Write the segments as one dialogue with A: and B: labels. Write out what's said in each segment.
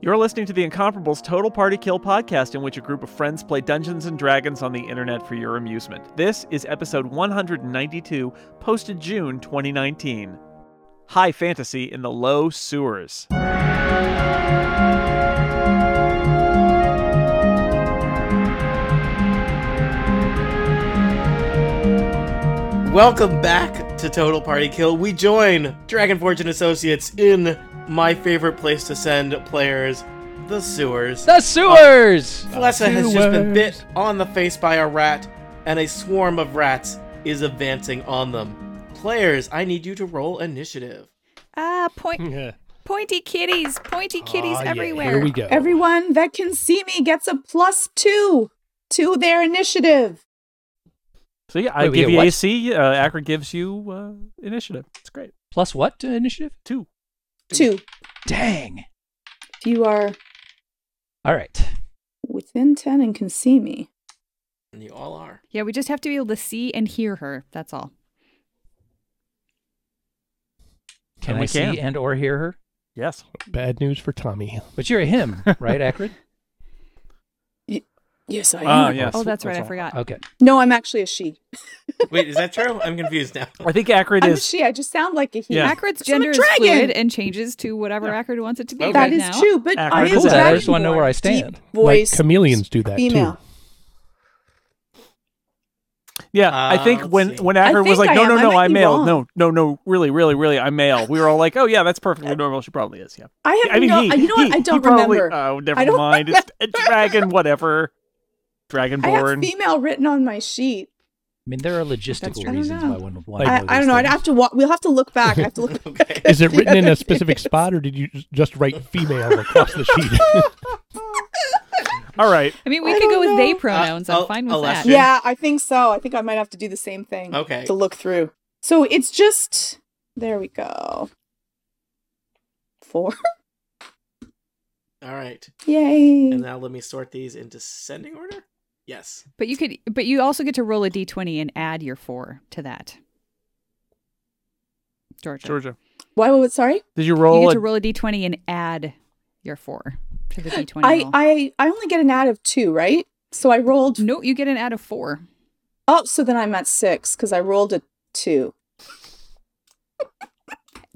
A: You're listening to the Incomparables Total Party Kill podcast, in which a group of friends play Dungeons and Dragons on the internet for your amusement. This is episode 192, posted June 2019. High Fantasy in the Low Sewers.
B: Welcome back to Total Party Kill. We join Dragon Fortune Associates in my favorite place to send players, the sewers.
C: The sewers!
B: Flessa Oh. has just been bit on the face by a rat, and a swarm of rats is advancing on them. Players, I need you to roll initiative.
D: Ah, point,
C: Yeah.
D: pointy kitties, pointy kitties
C: Ah, yeah,
D: everywhere.
C: Here we go.
E: Everyone that can see me gets a plus two to their initiative.
A: So, yeah, I
C: Wait, we
A: give
C: get
A: you
C: what?
A: AC. Uh, Akron gives you uh, initiative. It's great.
C: Plus what to initiative?
A: Two.
E: Two.
C: Dang.
E: If you are
C: All right.
E: within 10 and can see me.
B: And you all are.
D: Yeah, we just have to be able to see and hear her. That's all.
C: Can
A: And
C: I
A: we
C: see
A: can.
C: and or hear her?
A: Yes.
F: Bad news for Tommy.
C: But you're a him, right, Akrid?
E: Yes, I
A: Ah,
E: am.
A: yes.
D: Oh, that's right. I
A: all.
D: forgot.
C: Okay.
E: No, I'm actually a she.
B: Wait, is that true? I'm confused now.
A: I think Akron
E: I'm a
A: is.
E: she. I just sound like a he.
A: Yeah.
D: Acrid's
E: Because I'm a
D: gender is
E: dragon.
D: fluid and changes to whatever Acrid wants it to be.
B: Okay.
E: That
D: right
E: is
D: now.
E: true, but
A: Accurate.
E: I
A: Cool
E: am
A: that. I
E: dragonborn,
C: just wanna know where I stand.
E: Deep voice,
F: like chameleons do that
E: female.
F: too.
A: Yeah, I
B: Uh,
A: think
B: let's
A: when
B: see.
A: when
E: I
A: Akron was like,
E: think I
A: no,
E: am.
A: no,
E: I
A: no,
E: might
A: I'm
E: be
A: male.
E: wrong.
A: No, no, no, really, really, really, I'm male. We were all like, oh yeah, that's perfectly normal. She probably is. Yeah.
E: I have
A: I mean,
E: no.
A: he,
E: you know what?
A: he-
E: I
A: he
E: don't
A: probably-
E: remember.
A: Oh, never
E: I don't
A: mind. It's a dragon, whatever.
E: I have
A: Dragonborn.
E: female written on my sheet.
C: I mean, there are
D: That's
C: logistical
D: true. I don't
C: reasons
E: know.
C: why one would want
F: Like-
C: to
E: I,
C: know
E: I don't
C: these
E: know. I'd
C: things.
E: have to walk. We'll have to look back. I have to look.
B: Okay.
F: Is it written in
E: Yeah,
F: a
E: it
F: specific
E: is.
F: spot, or did you j- just write female across the sheet?
A: All right.
D: I mean, we
E: I
D: could go
E: don't
D: with
E: know.
D: they pronouns.
B: Uh,
D: I'm fine with
B: Alessia.
D: that.
E: Yeah, I think so. I think I might have to do the same thing.
B: Okay.
E: To look through. So it's just there we go. Four.
B: All right.
E: Yay.
B: And now let me sort these in descending order? Yes.
D: But you could, but you also get to roll a d20 and add your four to that. Georgia,
A: Georgia.
E: Why was it sorry?
A: Did you
D: you
A: roll?
D: get
A: a-
D: to roll a d20 and add your four to the d20.
E: I,
D: roll.
E: I I only get an add of two, right? So I rolled
D: no, you get an add of four.
E: oh, so then I'm at six because I rolled a two.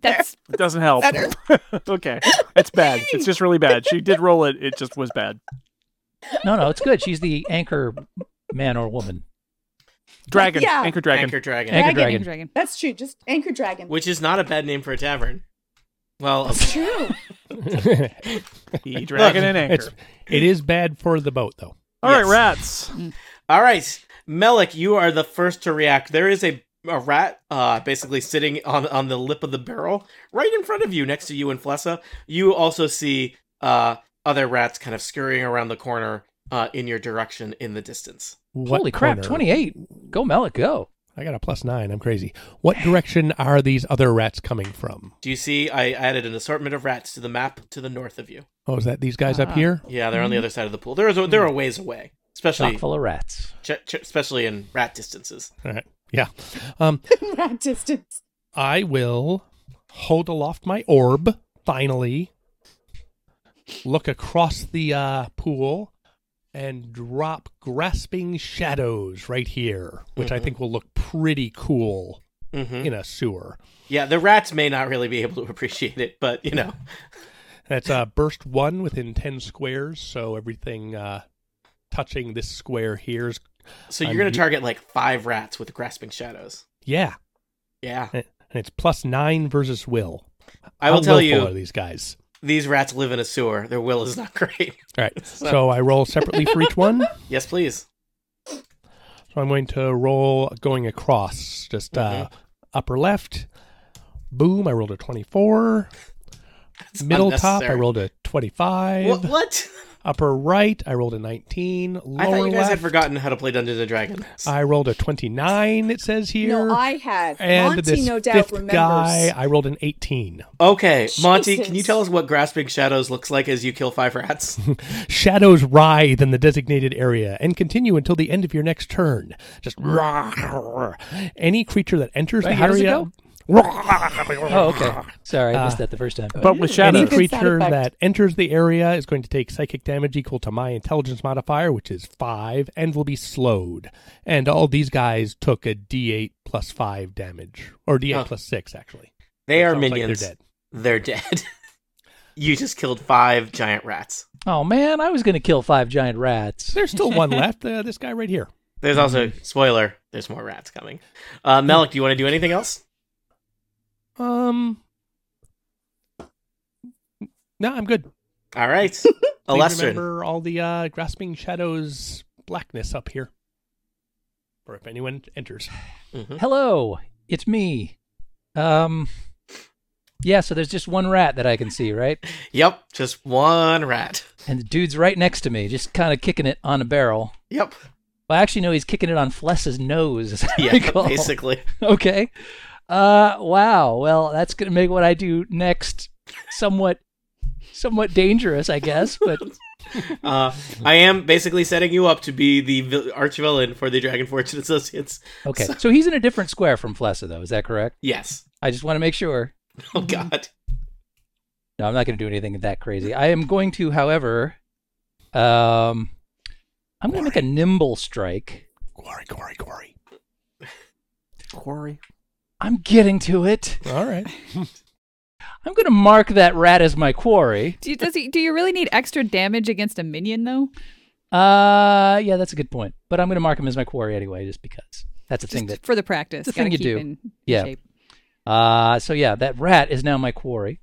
D: That's
A: it doesn't help.
E: Better.
A: okay. It's bad. It's just really bad. She did roll it. It just was bad.
C: No, no, it's good. She's the anchor man or woman.
A: Dragon.
E: Yeah.
A: Anchor dragon.
B: Anchor Dragon.
C: Anchor
E: Dragon.
C: dragon.
D: dragon. dragon.
E: That's true. Just anchor dragon.
B: Which is not a bad name for a tavern. Well, okay.
E: That's true.
A: E dragon and anchor.
F: it's, it is bad for the boat, though.
A: All right,
B: Yes.
A: rats.
B: All right, Melik, you are the first to react. There is a a rat uh, basically sitting on, on the lip of the barrel right in front of you, next to you and Flessa. You also see uh, other rats kind of scurrying around the corner uh, in your direction in the distance.
F: What
C: Holy crap,
F: corner-
C: 28. Go, Melik, go.
F: I got a plus nine. I'm crazy. What direction are these other rats coming from?
B: Do you see? I added an assortment of rats to the map to the north of you.
F: Oh, is that these guys
C: Ah.
F: up here?
B: Yeah, they're on the other side of the pool. There is a, there are ways away,
C: Chock
B: especially
C: full of rats.
B: ch- ch- especially in rat distances.
F: All right. Yeah. Um,
E: Rat distance.
F: I will hold aloft my orb, finally, look across the uh, pool, and drop grasping shadows right here, which
C: Mm-hmm.
F: I think will look pretty cool
B: hmm
F: in a sewer.
B: Yeah, the rats may not really be able to appreciate it, but you know.
F: That's uh, burst one within 10 squares, so everything uh, touching this square here is.
B: So you're
F: I'm
B: going
F: u-
B: to target like five rats with grasping shadows.
F: Yeah.
B: Yeah.
F: And it's plus nine versus will.
B: I will
F: How
B: tell
F: willful Are
B: you,
F: these guys?
B: these rats live in a sewer. Their will is not great.
F: All right. So I roll separately for each one.
B: yes, please.
F: So I'm going to roll going across, just uh,
B: Mm-hmm.
F: upper left. Boom! I rolled a 24.
B: It's
F: Middle top, I
B: unnecessary.
F: rolled a 25.
B: What? what?
F: Upper right, I rolled a 19. Lower
B: I thought you guys
F: left,
B: had forgotten how to play Dungeons and Dragons.
F: I rolled a 29. It says here.
E: No, I had.
F: and
E: Monty
F: this
E: no doubt
F: fifth
E: remembers.
F: guy, I rolled an 18.
B: okay, Monty, can you
E: Jesus.
B: tell us what grasping shadows looks like as you kill five rats?
F: Shadows writhe in the designated area and continue until the end of your next turn. Just roar. any creature that enters
C: Wait,
F: the
C: how does it
F: area.
C: go? Oh, okay. Sorry, I missed
F: Uh,
C: that the first time.
A: But with
D: Ooh,
A: shadows.
F: Any
D: That's a good side
F: creature
D: effect.
F: that enters the area is going to take psychic damage equal to my intelligence modifier, which is five, and will be slowed. And all these guys took a D8 plus five damage, or D8
B: Huh.
F: plus six, actually.
B: They are
F: Sounds like
B: minions.
F: they're dead.
B: they're dead. you just killed five giant rats.
C: Oh man, I was gonna kill five giant rats.
F: There's still one left. Uh, this guy right here.
B: There's also
F: Mm-hmm.
B: spoiler. There's more rats coming. Uh, Malik, do you want to do anything else?
F: Um. No, I'm good.
B: All right,
F: Please
B: Alestrin.
F: remember all the uh, grasping shadows blackness up here. Or if anyone enters.
B: Mhm.
C: Hello, it's me. Um, yeah. So there's just one rat that I can see, right?
B: Yep, just one rat.
C: And the dude's right next to me, just kind of kicking it on a barrel.
B: Yep.
C: Well, actually, no, he's kicking it on Fless's nose. As I
B: Yeah,
C: recall.
B: basically.
C: okay. Uh, wow. Well, that's gonna make what I do next somewhat, somewhat dangerous, I guess. But
B: Uh, I am basically setting you up to be the vil- arch villain for the Dragon Fortune Associates.
C: okay. So he's in a different square from Flessa, though. Is that correct?
B: Yes.
C: I just want to make sure.
B: Oh God.
C: No, I'm not going to do anything that crazy. I am going to, however, um, I'm going to make a nimble strike.
F: Glory, glory, glory.
A: Quarry.
C: I'm getting to it.
F: All right.
C: I'm going to mark that rat as my quarry.
D: Do you, does he, do you really need extra damage against a minion though?
C: Uh, yeah, that's a good point. But I'm going to mark him as my quarry anyway, just because that's a thing that.
D: Just for the practice,
C: the thing
D: gotta
C: you
D: keep
C: do.
D: In
C: Yeah.
D: shape.
C: Uh, so yeah, that rat is now my quarry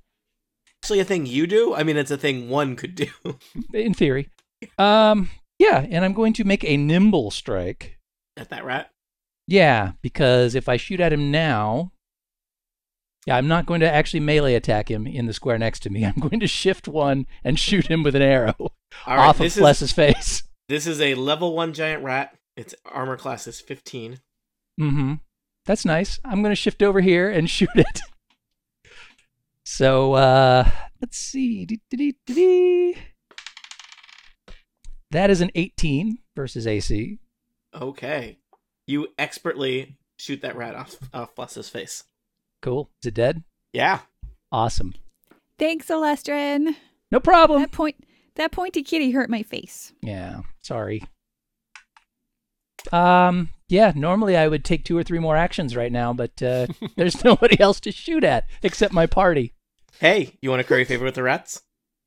B: Actually, a thing you do. I mean, it's a thing one could do.
C: in theory. Um, yeah, and I'm going to make a nimble strike.
B: At that rat.
C: Yeah, because if I shoot at him now, yeah, I'm not going to actually melee attack him in the square next to me. I'm going to shift one and shoot him with an arrow
B: All right.
C: off of
B: this is
C: Fless's face.
B: this is a level one giant rat. Its armor class is fifteen.
C: Mm-hmm. That's nice. I'm going to shift over here and shoot it. So uh, let's see. Dee-dee-dee-dee-dee. That is an 18 versus AC.
B: Okay. You expertly shoot that rat off off Bless's face.
C: Cool. Is it dead?
B: Yeah.
C: Awesome.
D: Thanks, Alestrin.
C: No problem.
D: That point, that pointy kitty hurt my face.
C: Yeah, sorry. Um, yeah, normally I would take two or three more actions right now, but uh, there's nobody else to shoot at except my party.
B: Hey, you want to curry favor with the rats?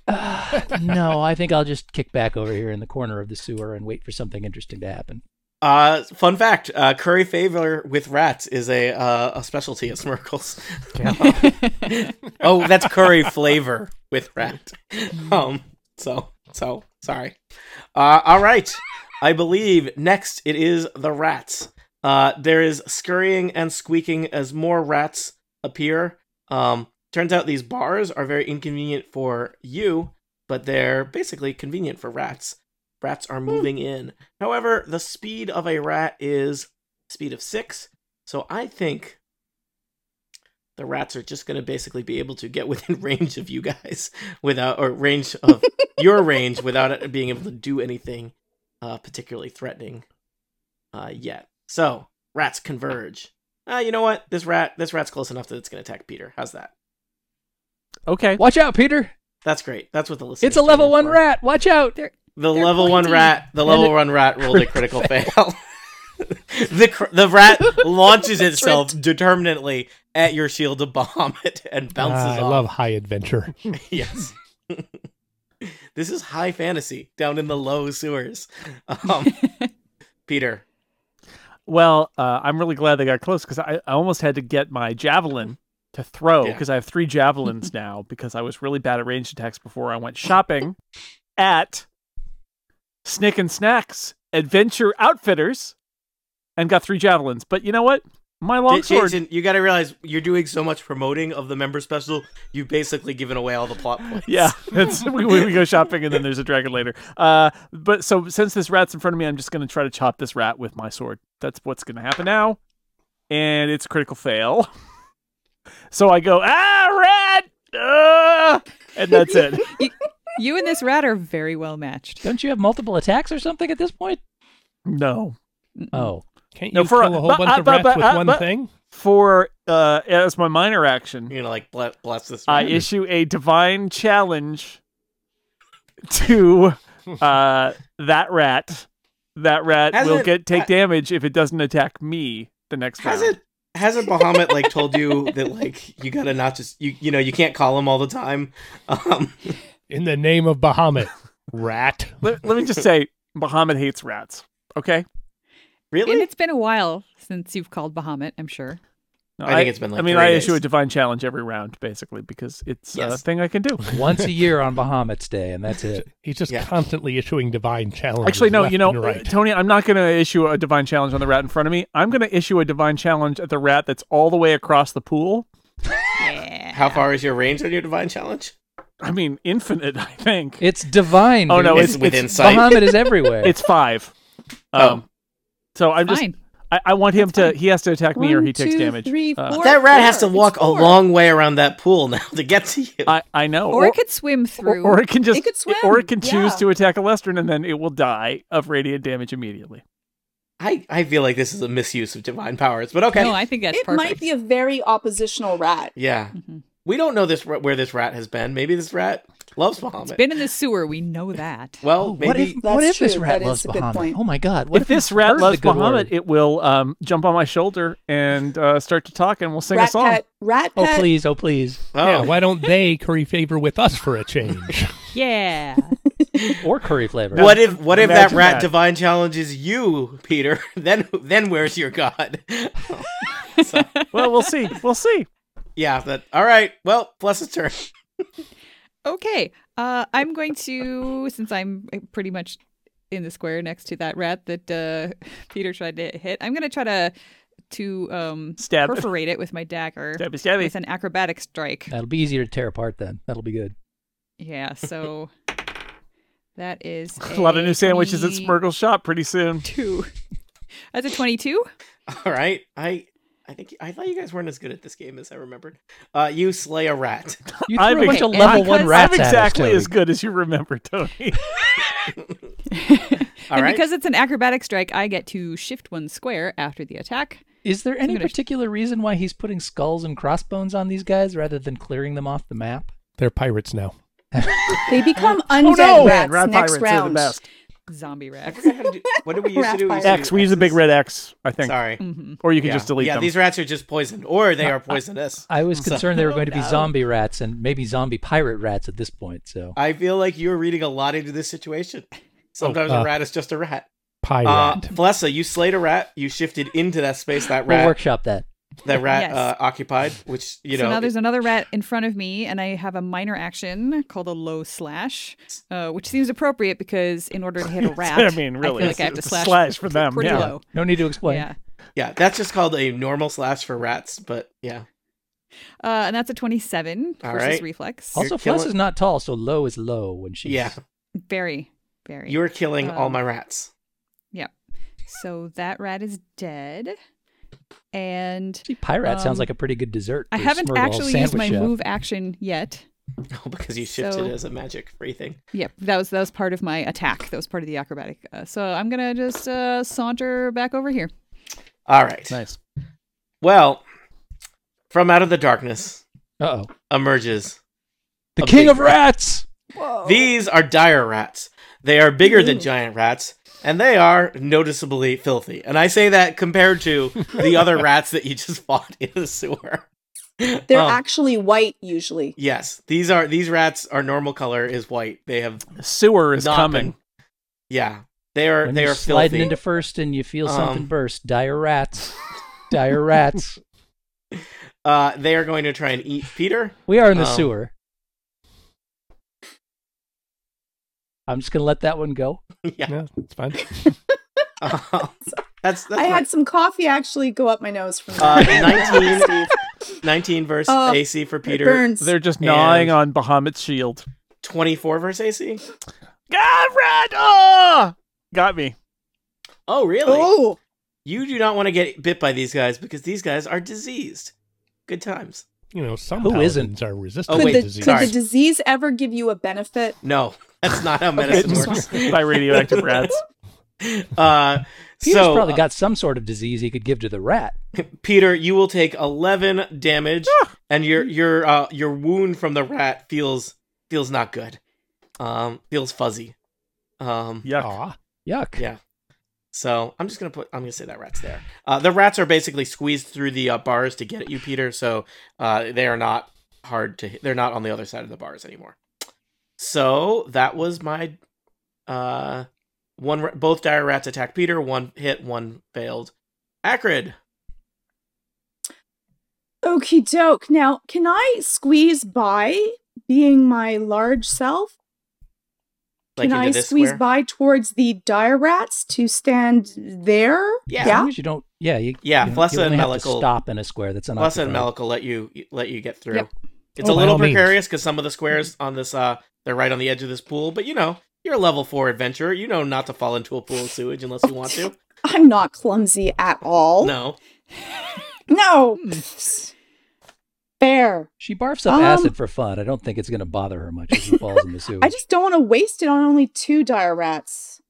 C: Uh, no, I think I'll just kick back over here in the corner of the sewer and wait for something interesting to happen.
B: Uh, fun fact: uh, curry favor with rats is a uh, a specialty at Smirkles. oh, that's curry flavor with rat. Um, so so sorry. Uh, all right. I believe next it is the rats. Uh, there is scurrying and squeaking as more rats appear. Um, turns out these bars are very inconvenient for you, but they're basically convenient for rats. Rats are moving in. However, the speed of a rat is speed of six, so I think the rats are just going to basically be able to get within range of you guys without, or range of your range without it being able to do anything uh, particularly threatening uh, yet. So rats converge. Uh, you know what? This rat, this rat's close enough that it's going to attack Peter. How's that?
A: Okay.
C: Watch out, Peter!
B: That's great. That's what the listeners.
C: It's a level
B: tuned in
C: one
B: for.
C: rat! Watch out!
D: They're-
B: The
D: They're
B: level one
D: pointy.
B: rat. The
C: And
B: level
C: it-
B: one rat rolled a critical
C: critical
B: fail. the cr- the rat launches itself determinately at your shield to bomb it and bounces
F: Ah, I
B: off.
F: love high adventure.
B: yes. this is high fantasy down in the low sewers. Um, Peter.
A: Well, uh, I'm really glad they got close because I, I almost had to get my javelin to throw
B: Yeah.
A: because I have three javelins now because I was really bad at ranged attacks before I went shopping at Snick and Snacks Adventure Outfitters and got three javelins. But you know what? My longsword.
B: Jason, you got to realize you're doing so much promoting of the member special, you've basically given away all the plot points.
A: Yeah, it's, we, we we go shopping and then there's a dragon later. Uh, but so since this rat's in front of me, I'm just going to try to chop this rat with my sword. That's what's going to happen now, and it's a critical fail. So I go ah rat, uh, and that's it.
D: You and this rat are very well matched.
C: Don't you have multiple attacks or something at this point?
A: No,
C: Oh.
F: Can't you
A: No, for a-
F: kill a whole
A: but-
F: bunch
A: uh,
F: of
A: but-
F: rats
A: but-
F: with
A: uh,
F: one
A: but-
F: thing?
A: For uh, as my minor action,
B: You're gonna like bless, bless this.
A: I
B: one.
A: issue a divine challenge to uh, that rat. That rat
B: Has
A: will
B: it-
A: get take
B: ha-
A: damage if it doesn't attack me the next round.
B: hasn't hasn't Bahamut like told you that like you gotta not just you you know you can't call him all the time. Um,
F: In the name of Bahamut, rat.
A: Let, let me just say, Muhammad hates rats. Okay,
B: really?
D: And it's been a while since you've called Bahamut, I'm sure.
A: No,
B: I think it's been, like,
A: I mean,
B: three
A: I
B: days.
A: issue a divine challenge every round, basically, because it's a
B: Yes.
A: thing I can do.
C: Once a year on Bahamut's Day, and that's it.
F: He's just
B: Yeah.
F: constantly issuing divine challenges.
A: Actually, no,
F: left
A: you know, uh,
F: and right.
A: Tony, I'm not going to issue a divine challenge on the rat in front of me. I'm going to issue a divine challenge at the rat that's all the way across the pool.
D: Yeah.
B: How far is your range on your divine challenge?
A: I mean, infinite, I think.
C: It's divine.
A: Oh,
C: dude.
A: no,
B: It's,
A: it's-
B: within
A: it's
B: sight.
C: Bahamut is everywhere.
A: It's five.
B: Oh.
A: Um, so I'm just,
D: Fine.
A: I, I want him to, he has to attack me or
E: One,
A: he takes
E: two,
A: damage.
E: three,
A: Uh,
E: four.
B: that rat has to
E: Four.
B: walk
E: It's
B: a
E: four.
B: long way around that pool now to get to you.
A: I, I know.
D: Or it could swim through.
A: or, or it can just,
E: It could swim,
A: or it can choose
E: yeah.
A: to attack a Lestern and then it will die of radiant damage immediately.
B: I, I feel like this is a misuse of divine powers, but okay.
D: No, I think that's
E: it
D: perfect.
E: might be a very oppositional rat.
B: yeah,
D: Mhm.
B: we don't know this ra- where this rat has been. Maybe this rat loves
D: It's
B: Bahamut.
D: been in the sewer. We know that.
B: well,
C: Oh,
B: maybe
C: what if, what
E: That's
C: if this
E: true.
C: rat
E: That
C: loves
E: is a good
C: Bahamut?
E: point.
C: Oh my God! What
A: if this rat
C: heard the
A: loves
C: good
A: Bahamut,
C: word?
A: it will um, jump on my shoulder and uh, start to talk, and we'll sing
E: rat
A: a song.
E: pet. Rat
C: Oh
E: pet.
C: please! Oh please!
B: oh,
F: Yeah, why don't they curry favor with us for a change?
D: Yeah.
C: Or curry flavor.
B: What if what if that
A: Imagine
B: rat
A: that.
B: divine challenges you, Peter? Then then where's your god? So,
A: Well, we'll see. We'll see.
B: yeah, that all right. Well, bless its turn.
D: okay. Uh, I'm going to, since I'm pretty much in the square next to that rat that uh, Peter tried to hit, I'm going to try to to um,
A: Stab.
D: perforate it with my dagger
A: Stabby, stabby.
D: with an acrobatic strike.
C: That'll be easier to tear apart then. That'll be good.
D: Yeah, so that is
A: A lot of new sandwiches at
D: 20
A: Smirgle's shop pretty soon.
D: Two. That's a 22.
B: All right. I I think I thought you guys weren't as good at this game as I remembered. Uh you slay a rat.
C: You threw
A: I'm
C: a bunch
D: okay,
C: of
D: and
C: level
D: because-
C: one
D: I'm
C: rats
A: I'm
C: at
A: exactly
C: us,
A: as good as you remember, Tony.
B: All
D: and
B: right.
D: because it's an acrobatic strike, I get to shift one square after the attack.
C: Is there any
D: gonna-
C: particular reason why he's putting skulls and crossbones on these guys rather than clearing them off the map?
F: They're pirates now.
E: They become
A: oh
E: undead
A: no!
E: rats
A: rat
E: next
A: pirates are
E: round.
A: the best.
D: Zombie
B: I
D: rat.
B: forgot how to do What did we used to
E: Rat
B: do? used to
E: fire.
B: do
A: X. We use a big
B: X's.
A: red X, I think.
B: Sorry.
D: hmm
A: Or you can
B: yeah.
A: just delete
B: yeah,
A: them.
B: these rats are just poisoned, or they are poisonous.
C: I was
B: So-
C: concerned they were going to be
D: no.
C: zombie rats and maybe zombie pirate rats at this point. So
B: I feel like you're reading a lot into this situation. Sometimes
F: uh,
B: a rat is just a rat. Uh,
F: Pirate.
B: Flessa, you slayed a rat. You shifted into that space that
C: we'll
B: rat
C: workshop that.
B: that rat
D: Yes.
B: uh, occupied, which you
D: so
B: know.
D: now there's another rat in front of me, and I have a minor action called a low slash, uh, which seems appropriate because in order to hit a rat,
A: I mean, really,
D: feel
A: it's-
D: like I have to
A: it's a
D: slash,
A: slash for them,
D: pretty
A: yeah.
D: low.
C: No need to explain.
D: Yeah,
B: yeah, that's just called a normal slash for rats, but yeah,
D: uh, and that's a 27
B: All
D: versus
B: right.
D: reflex.
B: You're
C: Also, Fless
B: killing-
C: is not tall, so low is low when she's
B: yeah,
D: Very, very.
B: you're killing all
D: Um,
B: my rats.
D: So that rat is dead, and
C: Actually, pirate sounds
D: Um,
C: like a pretty good dessert.
D: I
C: for
D: haven't
C: Smirgle
D: actually used
C: sandwich
D: my
C: chef.
D: move action yet.
B: Oh, because you shifted
D: so-
B: as a magic free thing.
D: Yep, that was that was part of my attack. That was part of the acrobatic. Uh, so I'm gonna just uh, saunter back over here.
B: All right.
A: Nice.
B: Well, from out of the darkness
C: Uh oh,
B: emerges.
C: the
B: A
C: king
B: big
C: of
B: rat.
C: rats.
E: Whoa.
B: These are dire rats. They are bigger than
E: Oh. Ooh.
B: giant rats, and they are noticeably filthy. And I say that compared to the other rats that you just fought in the sewer.
E: They're
B: Um,
E: actually white usually.
B: Yes, these are these rats. Our normal color is white. They have
A: Sewer is
B: not
A: coming.
B: been- yeah, they are.
C: When
B: they
C: you're
B: are
C: sliding
B: filthy.
C: into first and you feel something
B: Um,
C: burst, dire rats, dire rats.
B: uh, they are going to try and eat Peter.
C: We are in the
B: Um,
C: sewer. I'm just gonna let that one go.
B: yeah,
F: Yeah, it's fine.
B: Uh, that's that's
E: I had
B: right.
E: some coffee actually go up my nose from
B: Uh,
E: that.
B: 19. 19 verse
E: Oh,
B: AC for
E: It
B: Peter.
E: burns.
A: They're just
B: And-
A: gnawing on Bahamut's shield.
B: 24 verse AC.
A: God, rat! Ah! Got me.
B: Oh, really?
E: Oh,
B: You do not want to get bit by these guys because these guys are diseased. Good times.
F: You know, some
C: Who
F: paladins
C: isn't?
F: are resistant
B: Oh,
E: could,
B: wait,
E: the,
F: to
E: could
B: sorry.
E: the
F: disease.
E: disease ever give you a benefit?
B: No, that's not how medicine works.
A: by radioactive rats.
B: Uh,
C: Peter's
B: so,
C: probably
B: uh,
C: got some sort of disease he could give to the rat.
B: Peter, you will take eleven damage,
C: Ah.
B: and your your uh, your wound from the rat feels feels not good. Um, feels fuzzy. Um,
A: Yuck.
F: Aw.
C: Yuck.
B: Yeah. so I'm just gonna put I'm gonna say that rat's there. Uh, the rats are basically squeezed through the uh, bars to get at you, Peter. So uh, they are not hard to. hit. They're not on the other side of the bars anymore. So that was my uh, one. ra- Both dire rats attack Peter. One hit. One failed. Acrid.
E: Okie doke. Now, can I squeeze by being my large self?
B: Like
E: can
B: into
E: I
B: this
E: squeeze
B: square.
E: by towards the dire rats to stand there?
B: Yeah.
C: As long as you don't. Yeah. You,
B: Yeah,
C: You,
B: Flessa
C: you only
B: and
C: have
B: Melical-
C: to stop in a square that's
B: Plus, and Melic
C: unoccupied.
B: will let you let you get through.
E: Yep.
B: It's
F: Oh,
B: a
F: by
B: little
F: all means.
B: precarious because some of the squares on this uh they're right on the edge of this pool, but you know you're a level four adventurer. You know not to fall into a pool of sewage unless you want to.
E: I'm not clumsy at all.
B: No,
E: No.
D: Hmm.
E: Fair.
C: She barfs up
E: Um,
C: acid for fun. I don't think it's going to bother her much if she falls in the sewage.
E: I just don't want to waste it on only two dire rats.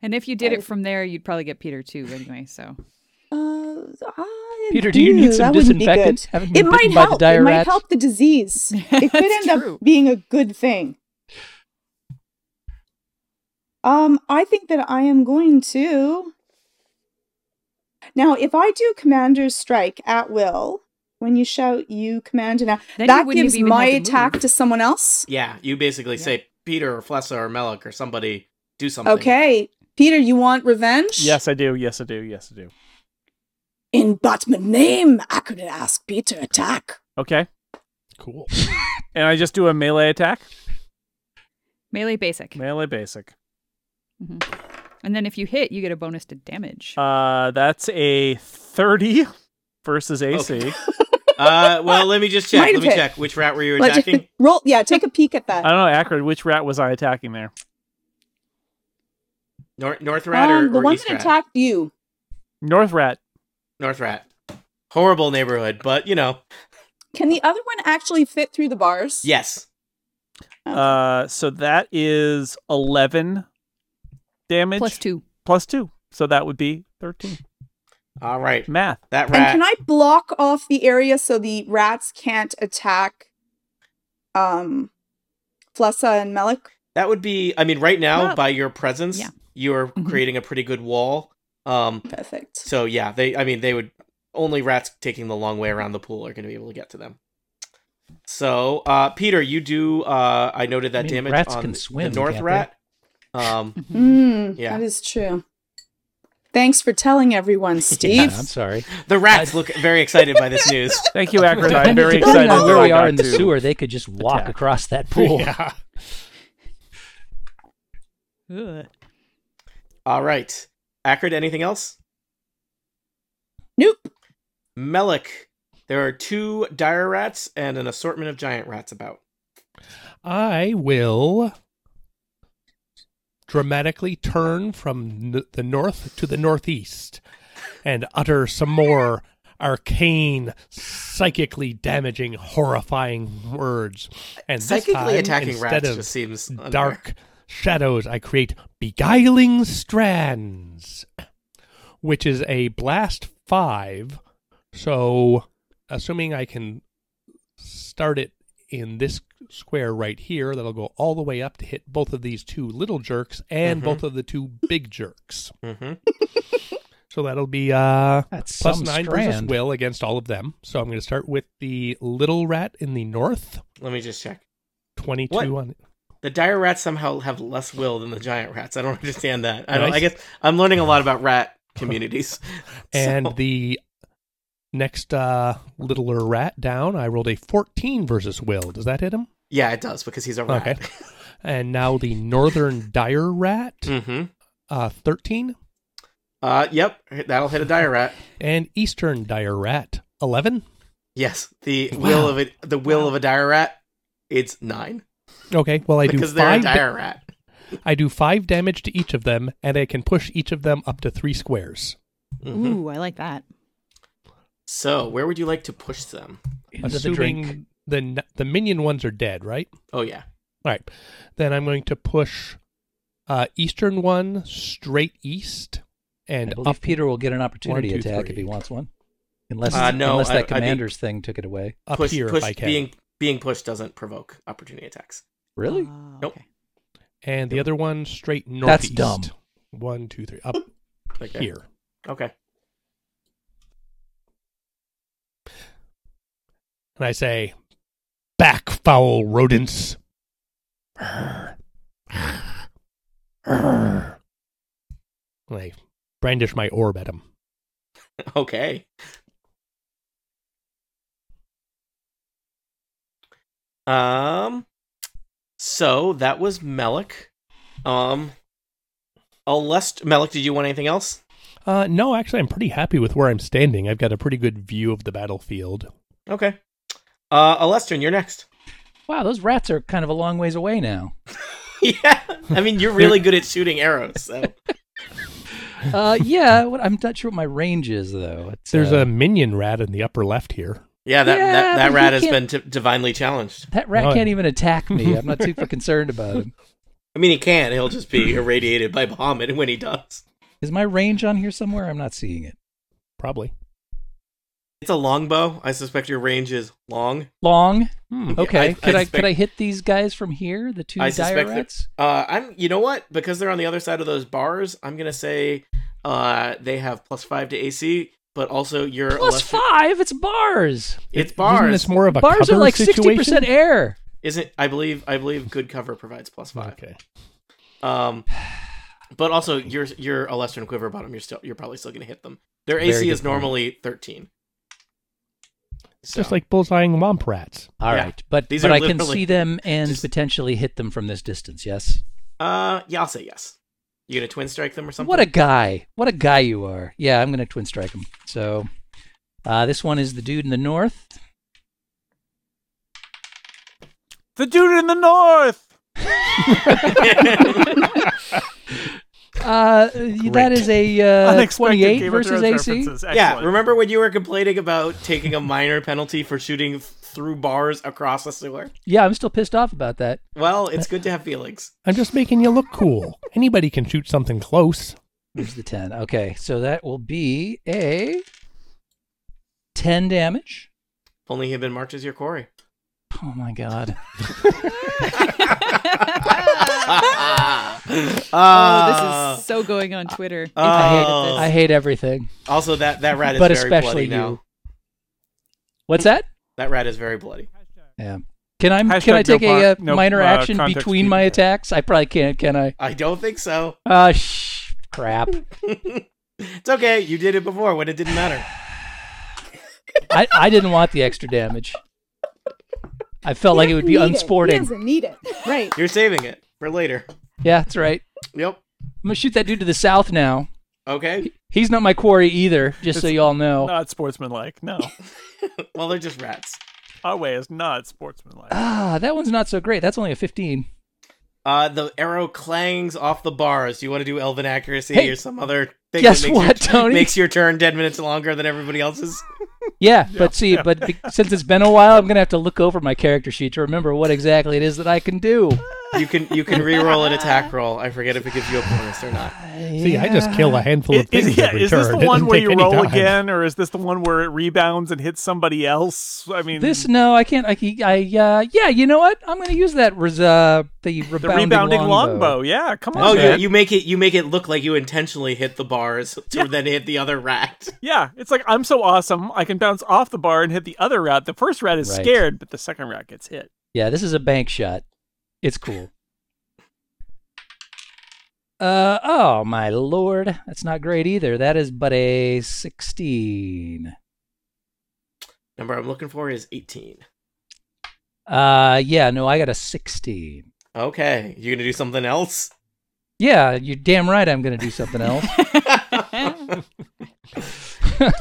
D: And if you did
E: Oh.
D: it from there, you'd probably get Peter too anyway. So
E: Uh, I-
C: Peter, do you
E: ew,
C: need some
E: that wouldn't be good.
C: disinfectant? Having been bitten
E: It might
C: by
E: help.
C: the dire
E: it might
C: rats?
E: help the disease. It
D: That's
E: could end
D: true.
E: up being a good thing. Um, I think that I am going to. Now, if I do commander's strike at will, when you shout, you command now.
D: Then you
E: that
D: wouldn't
E: gives
D: have even had
E: my
D: to move.
E: attack to someone else.
B: yeah, you basically
D: Yeah.
B: say Peter or Flessa or Melic or somebody do something.
E: Okay, Peter, you want revenge?
A: Yes, I do. Yes, I do. Yes, I do.
E: In Batman name, I could ask Peter attack.
A: Okay.
F: Cool.
A: And I just do a melee attack.
D: melee basic. Mm-hmm.
A: Melee basic.
D: And then if you hit, you get a bonus to damage.
A: Uh, that's a 30 versus AC.
B: Uh, well, let me just check. Let
E: Might have
B: me
E: hit.
B: check which rat were you
E: Let's-
B: attacking?
E: Roll, yeah, take a peek at that.
C: Uh,
A: I don't know, Akron, which rat was I attacking there?
B: North North rat or,
E: Um, the
B: or
E: one
B: East
E: that
B: rat?
E: attacked you.
A: North rat.
B: North rat. Horrible neighborhood, but you know,
E: Can the other one actually fit through the bars?
B: yes.
D: Oh.
A: Uh, so that is 11 damage.
D: Plus two.
A: Plus two. So that would be 13.
B: All right,
A: Math.
B: that
E: And
B: rat.
E: can I block off the area so the rats can't attack um Flessa and Melik?
B: That would be I mean right now
D: Prob-
B: by your presence
D: Yeah.
B: you're
E: Mm-hmm.
D: Mhm.
B: creating a pretty good wall. Um
E: Perfect.
B: so yeah, they I mean they would only rats taking the long way around the pool are going to be able to get to them. So, uh Peter, you do uh I noted that
C: I mean,
B: damage
C: rats
B: on
C: can swim,
B: the north
C: can't they?
B: rat. Um
E: Mm,
B: Yeah.
E: That is true. Thanks for telling everyone,
C: Yeah,
E: Steve.
C: I'm sorry.
B: the rats look very excited by this news.
A: Thank you, Akron. I'm
C: Depending-
A: very
C: depending
A: excited.
C: on where
A: that
C: we
A: I
C: are
A: got
C: in the
A: to.
C: sewer, they could just walk
A: attack.
C: across that pool.
F: Yeah.
B: All right. Acrid, anything else?
E: Nope.
B: Melik, there are two dire rats and an assortment of giant rats about.
F: I will dramatically turn from n- the north to the northeast and utter some more arcane, psychically damaging, horrifying words. And this
B: Psychically
F: time,
B: attacking
F: instead
B: rats
F: of
B: just seems unfair.
F: dark shadows, I create beguiling strands, which is a blast five. So, assuming I can start it in this square right here, that'll go all the way up to hit both of these two little jerks and
B: Mhm.
F: both of the two big jerks.
B: Mhm.
F: So that'll be uh,
C: That's
F: plus
C: some
F: nine versus
C: strand.
F: will against all of them. So I'm going to start with the little rat in the north,
B: Let me just check.
F: twenty-two
B: What?
F: on
B: The dire rats somehow have less will than the giant rats. I don't understand that. I, don't, I
F: Nice.
B: guess I'm learning a lot about rat communities.
F: And
B: So-
F: the next uh, littler rat down, I rolled a 14 versus Will. Does that hit him?
B: yeah, it does because he's a rat.
F: Okay. And now the northern dire rat,
B: hmm
F: uh, 13,
B: Uh, yep, that'll hit a dire rat.
F: and eastern dire rat, 11.
B: Yes, the
F: Wow.
B: will of a the will of a dire rat. It's nine
F: Okay, well I do
B: because they're a
F: five. da-
B: dire rat.
F: I do five damage to each of them, and I can push each of them up to three squares.
A: Mm-hmm.
B: Mhm.
D: Ooh, I like that.
B: So, where would you like to push them?
C: Into the
F: assuming
C: drink.
F: the n- the minion ones are dead, right?
B: Oh yeah,
F: All right, then I'm going to push uh, eastern one straight east and
C: I believe
F: up
C: Peter will get an opportunity
F: two,
C: attack if
F: three.
C: he wants one, unless
B: Uh, no,
C: unless
B: I-
C: that
B: I think-
C: commander's thing took it away.
F: up
B: push,
F: here
B: push
F: if I can.
B: being being pushed doesn't provoke opportunity attacks.
C: Really?
F: Uh,
D: Ah,
B: Nope.
D: okay.
F: and the other one straight
C: That's
F: northeast.
C: dumb.
F: One, two, three, up
B: Okay.
F: here.
B: Okay.
F: And I say, back, foul rodents. And I brandish my orb at him.
B: Okay. Um so that was Melik. Um Alest Melik, did you want anything else?
F: Uh, no, actually, I'm pretty happy with where I'm standing. I've got a pretty good view of the battlefield.
B: Okay. Uh Alestrin, you're next.
C: Wow, those rats are kind of a long ways away now.
B: yeah. I mean you're really good at shooting arrows, so
C: Uh, yeah, what, I'm not sure what my range is though. It's,
F: There's
C: uh,
F: a minion rat in the upper left here.
B: yeah, that
C: Yeah,
B: that, that
C: but
B: rat has
C: he
B: been
C: can't-
B: t- divinely challenged.
C: that rat
F: No, I-
C: can't even attack me. I'm not too concerned about him.
B: I mean he can, he'll just be irradiated by Bahamut when he does.
C: Is my range on here somewhere? I'm not seeing it.
F: Probably.
B: It's a longbow. I suspect your range is long.
C: Long.
F: Hmm.
B: Yeah,
C: Okay.
B: I-
C: could
B: I
C: I, could I
B: suspect-
C: hit these guys from here? The two
B: I
C: dire
B: suspect that-
C: rats.
B: Uh, I'm. You know what? Because they're on the other side of those bars, I'm gonna say uh, they have plus five to AC, but also your
C: Plus
B: electric-
C: five. It's bars.
B: It's
F: Isn't
B: bars.
F: this more of a
C: Bars are
F: cover
C: like sixty
F: situation?
C: percent air.
B: Isn't I believe I believe good cover provides plus five.
F: Okay.
B: Um, but also your your Alestran quiver bottom. You're still you're probably still gonna hit them. Their
C: Very
B: AC
C: good
B: is
C: point.
B: normally thirteen.
F: It's just like bullseyeing womp rats.
C: All right,
B: Yeah.
C: but
B: These
C: but
B: are
C: I can
B: literally
C: see them and
B: just-
C: potentially hit them from this distance. Yes.
B: uh, yeah, I'll say yes. You gonna twin strike them or something?
C: What a guy! What a guy you are! Yeah, I'm gonna twin strike him. So, uh, this one is the dude in the north.
A: The dude in the north.
C: Uh, that is a uh,
A: Unexpected
C: 28
A: Game of
C: versus
A: Thrones
C: AC.
A: references.
B: Yeah,
A: Excellent.
B: remember when you were complaining about taking a minor penalty for shooting f- through bars across a sewer?
C: Yeah, I'm still pissed off about that.
B: Well, it's good to have feelings.
F: I'm just making you look cool. Anybody can shoot something close.
C: Where's the 10? Okay, so that will be a 10 damage.
B: If only he had been marked as your quarry.
C: Oh my god.
D: Oh,
B: oh,
D: this is so going on Twitter.
C: I hate
B: Oh.
C: I hate everything,
B: also that that rat is
C: but
B: very bloody
C: especially you.
B: now.
C: What's that?
B: That rat is very bloody.
C: Yeah. Can I
A: Hashtag
C: can I take
A: no
C: a, uh
A: pro- no,
C: minor
A: uh,
C: action
A: context
C: between
A: feed.
C: my attacks? I probably can't, can I?
B: I don't think so.
C: Ah, sh- crap.
B: It's okay. You did it before when it didn't matter.
C: I, I didn't want the extra damage. I felt like it would be
E: He
C: unsporting.
E: doesn't need it. Right.
B: You're saving it for later.
C: Yeah, that's right.
B: Yep.
C: I'm gonna shoot that dude to the south now.
B: Okay.
C: He's not my quarry either, just so
A: It's-
C: y'all know.
A: Not sportsmanlike. No,
B: Well, they're just rats.
A: our way is not sportsmanlike.
C: Ah, that one's not so great. That's only a 15.
B: Uh, the arrow clangs off the bars. You want to do elven accuracy
C: Hey,
B: or some other thing?
C: guess
B: that makes
C: what,
B: your,
C: Tony?
B: Makes your turn ten minutes longer than everybody else's.
C: Yeah, but see,
A: yeah.
C: but be- since it's been a while, I'm gonna have to look over my character sheet to remember what exactly it is that I can do.
B: You can you can re-roll an attack roll. I forget if it gives you a bonus or not.
F: See, I just kill a handful
A: Is,
F: of things.
A: is- yeah,
F: every
A: is this
F: turn.
A: the
F: It
A: one
F: doesn't
A: where
F: take
A: you
F: any
A: roll
F: time.
A: again, or is this the one where it rebounds and hits somebody else? I mean,
C: This no, I can't. I, can- I uh, yeah, you know what? I'm gonna use that res- uh, the
A: the
C: rebounding,
A: rebounding
C: longbow.
A: longbow. Yeah, come on.
B: Oh,
A: man.
B: yeah, you make it you make it look like you intentionally hit the bars to then hit the other rat.
A: Yeah, it's like I'm so awesome. I can bounce off the bar and hit the other rat. The first rat is
C: Right.
A: scared, but the second rat gets hit.
C: Yeah, this is a bank shot. It's cool. Uh oh, my lord, that's not great either. That is but a 16.
B: Number I'm looking for is 18.
C: Uh yeah, no, I got a 16.
B: Okay, you gonna do something else?
C: Yeah, you're damn right. I'm gonna do something else.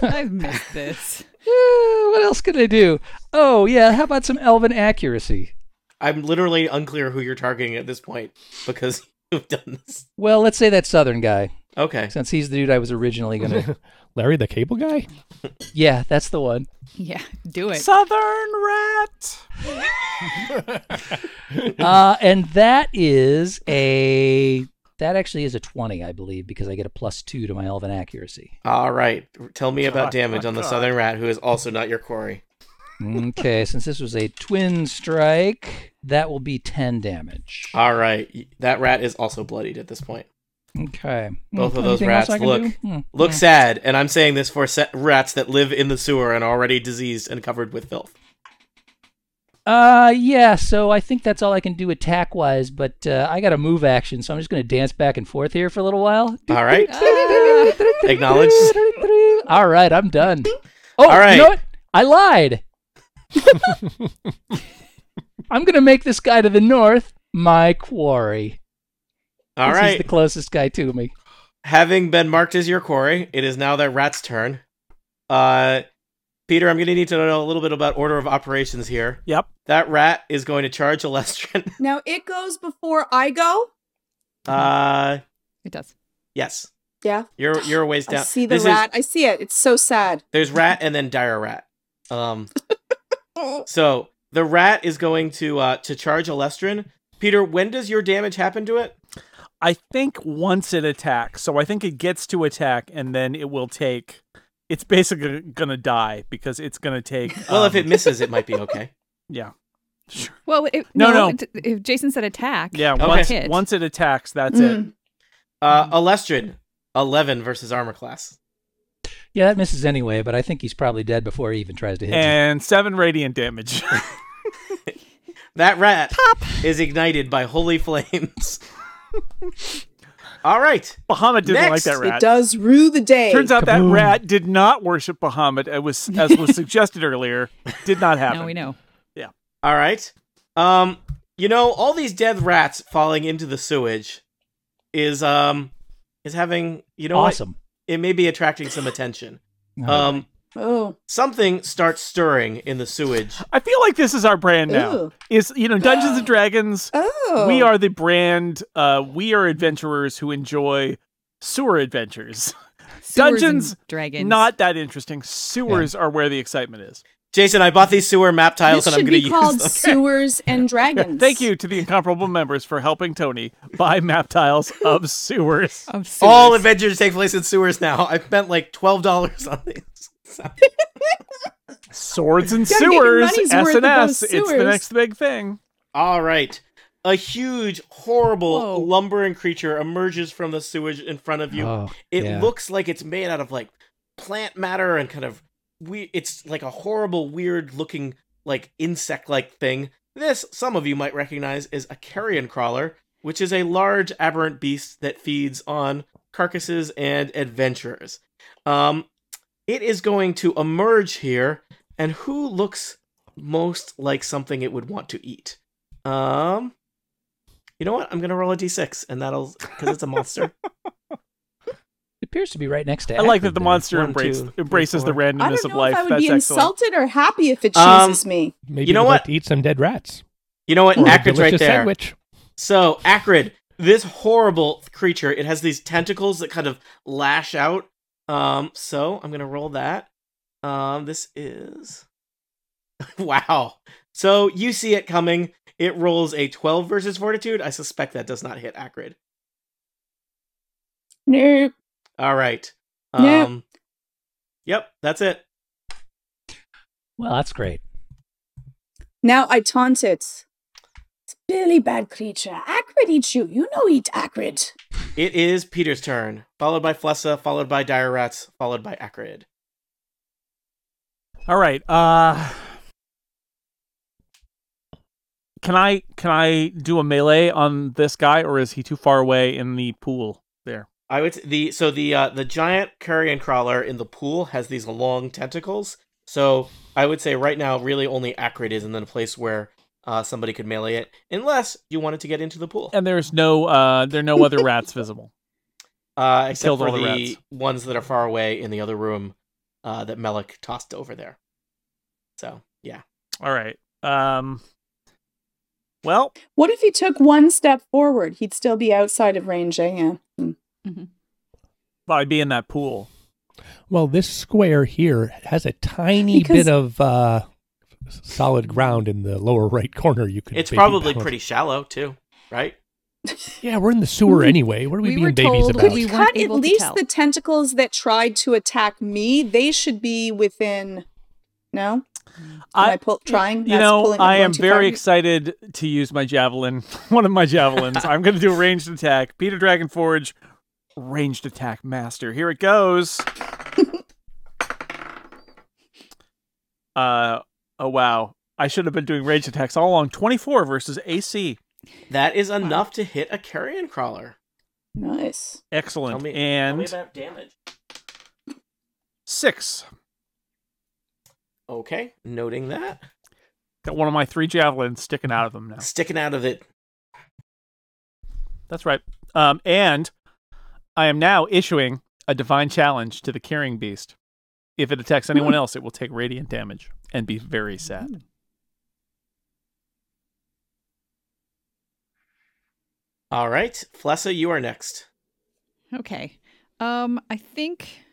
D: I've missed this.
C: Uh, what else could I do? Oh yeah, how about some elven accuracy?
B: I'm literally unclear who you're targeting at this point because you've done this.
C: Well, let's say that southern guy,
B: Okay,
C: since he's the dude I was originally gonna.
F: Larry the Cable Guy?
C: yeah, that's the one.
D: Yeah, do it.
A: Southern rat.
C: Uh, and that is a That actually is a 20, I believe, because I get a plus two to my elven accuracy.
B: All right. Tell me about
F: God,
B: damage
F: God,
B: on the
F: God.
B: southern rat, who is also not your quarry.
C: Okay, since this was a twin strike, that will be 10 damage.
B: All right. y- That rat is also bloodied at this point.
C: Okay.
B: Both
C: Hmm,
B: of those
C: anything
B: rats
C: else I can
B: look-
C: do? Hmm,
B: Look
C: hmm.
B: sad, and I'm saying this for sa- rats that live in the sewer and are already diseased and covered with filth.
C: Uh, yeah. So I think that's all I can do attack wise, but uh, I got a move action, so I'm just gonna dance back and forth here for a little while.
B: All right.
D: Ah.
B: Acknowledged.
C: All right, I'm done.
B: All
C: Oh, you know
B: right.
C: what? I lied. I'm gonna make this guy to the north my quarry.
B: All
C: 'cause
B: right.
C: He's the closest guy to me.
B: Having been marked as your quarry, it is now that rat's turn. Uh, Peter, I'm going to need to know a little bit about order of operations here.
A: Yep.
B: That rat is going to charge Alestrian.
E: Now it goes before I go.
B: Uh,
D: It does.
B: yes,
E: Yeah.
B: you're you're a ways down.
E: I see the
B: This is-
E: rat. I see it. It's so sad.
B: there's rat and then dire rat. Um,
E: Oh,
B: so the rat is going to uh to charge Alestrin. Peter, when does your damage happen to it?
A: I think once it attacks, so I think it gets to attack and then it will take. It's basically gonna die because it's gonna take.
B: Well, if
A: um,
B: it misses, it might be okay.
A: yeah,
D: Well, it,
A: No, no.
D: no, it- If Jason said attack,
A: yeah.
B: Okay.
A: Once
D: Hit.
A: once it attacks, that's it.
E: mm.
B: Uh, Alestrin, eleven versus armor class.
C: Yeah, that misses anyway, but I think he's probably dead before he even tries to hit me.
A: and seven radiant damage.
B: That rat is ignited by holy flames. All right.
A: Bahamut didn't
B: Next,
A: like that
E: It
A: rat.
E: does rue the day.
A: Turns out that
C: Kaboom.
A: rat did not worship Bahamut, as was as was suggested earlier. Did not happen.
D: now we know.
B: All right. Um, you know, all these dead rats falling into the sewage is um is having you know what?
C: awesome.
B: it may be attracting some attention.
C: No,
B: Um,
E: Oh,
B: something starts stirring in the sewage.
A: I feel like this is our brand now.
E: Ooh.
A: Is you know Dungeons and Dragons.
E: oh.
A: We are the brand. Uh, we are adventurers who enjoy sewer adventures.
D: Sewers
A: Dungeons,
D: and dragons.
A: Not that interesting. Sewers are where the excitement is.
B: Jason, I bought these sewer map tiles,
E: This
B: and I'm
E: should
B: going to
E: be
B: use
E: called
B: them.
E: sewers and dragons.
A: Thank you to the incomparable members for helping Tony buy map tiles of sewers.
D: Of sewers.
B: All adventures take place in sewers now. I've spent like twelve dollars on these. So-
A: Swords and
E: Gotta get your
A: sewers,
E: money's
A: S
E: worth of
A: and S.
E: those
A: It's the
E: sewers.
A: next big thing.
B: All right. A huge, horrible,
D: Whoa.
B: lumbering creature emerges from the sewage in front of you.
C: oh,
B: It
C: yeah.
B: looks like it's made out of like plant matter and kind of we it's like a horrible weird looking like insect like thing. This some of you might recognize is a carrion crawler, which is a large aberrant beast that feeds on carcasses and adventurers. Um it is going to emerge here and who looks most like something it would want to eat? Um you know what? I'm going to roll a d6 and that'll cuz it's a monster.
C: It appears to be right next to.
A: I like
C: Akron
A: that the
C: there.
A: monster
B: One,
A: embrace,
B: two, three,
A: embraces the
B: four.
E: I
A: randomness
E: don't
A: of
E: know if
A: life.
E: I would
A: That's
E: be
A: excellent.
E: insulted or happy if it
B: Um,
E: chooses me.
F: Maybe
B: You know
F: you'd like
B: what?
F: to eat some dead rats.
B: You know
A: Mm.
B: what?
F: Or a
B: Akrid's right
F: delicious
B: there.
F: Sandwich.
B: So, Acrid, this horrible creature, it has these tentacles that kind of lash out. Um, so I'm gonna roll that. Um, this is wow. So you see it coming. It rolls a 12 versus fortitude. I suspect that does not hit Acrid.
E: Nope.
B: All right. Um
E: Nope.
B: Yep, that's it.
C: Well, that's great.
E: Now I taunt it. It's a really bad creature. Acrid eats you. You know eat acrid.
B: It is Peter's turn, followed by Flessa, followed by Dire Rats, followed by Acrid.
A: All right. Uh Can I can I do a melee on this guy or is he too far away in the pool there?
B: I would the so the uh, the giant carrion crawler in the pool has these long tentacles. So I would say right now, really only Acrid is in the place where uh, somebody could melee it, unless you wanted to get into the pool.
A: And there's no uh there are no other rats visible.
B: Uh, except
A: killed
B: for
A: all
B: the,
A: the rats.
B: ones that are far away in the other room uh, that Melek tossed over there. So yeah,
A: All right. Um Well,
E: What if he took one step forward? He'd still be outside of range. eh? Yeah. Hmm.
A: I'd be in that pool.
F: Well, this square here has a tiny
E: Because-
F: bit of uh, solid ground in the lower right corner. You could
B: it's
F: maybe
B: probably
F: balance-
B: pretty shallow too, right?
F: Yeah, we're in the sewer anyway. What are we,
D: We were
F: being babies
D: told
F: about?
D: we- weren't
E: Cut at
D: able to
E: least
D: tell.
E: the tentacles that tried to attack me. They should be within. No, Am I pull, trying.
A: you
E: That's
A: know,
E: pulling it
A: I
E: one
A: am
E: too
A: very
E: far.
A: excited to use my javelin, one of my javelins. I'm going to do a ranged attack. Peter Dragon Forge, ranged attack master. Here it goes. uh oh wow. I should have been doing ranged attacks all along. 24 versus AC.
B: That is enough to hit a carrion crawler.
E: Nice.
A: Excellent.
B: Tell me,
A: and
B: tell me about damage.
A: 6.
B: Okay, noting that.
A: Got one of my three javelins sticking out of them now.
B: Sticking out of it.
A: That's right. Um, and I am now issuing a divine challenge to the carrying beast. If it attacks anyone else, it will take radiant damage and be very sad.
B: All right, Flessa, you are next.
D: Okay. Um, I think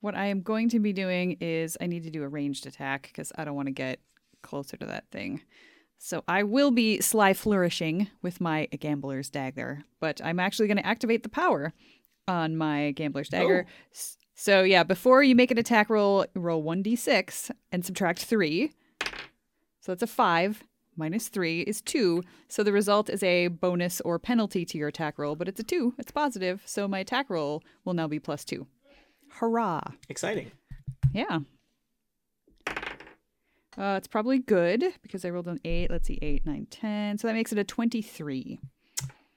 D: what I am going to be doing is I need to do a ranged attack because I don't want to get closer to that thing. So I will be sly flourishing with my gambler's dagger, but I'm actually going to activate the power on my gambler's dagger. S- So yeah, before you make an attack roll, roll 1d6 and subtract 3. So that's a 5 minus 3 is 2. So the result is a bonus or penalty to your attack roll, but it's a 2. It's positive, so my attack roll will now be plus 2. Hurrah.
B: Exciting.
D: Yeah. Uh, it's probably good because I rolled an 8. Let's see, 8, 9, 10. So that makes it a 23.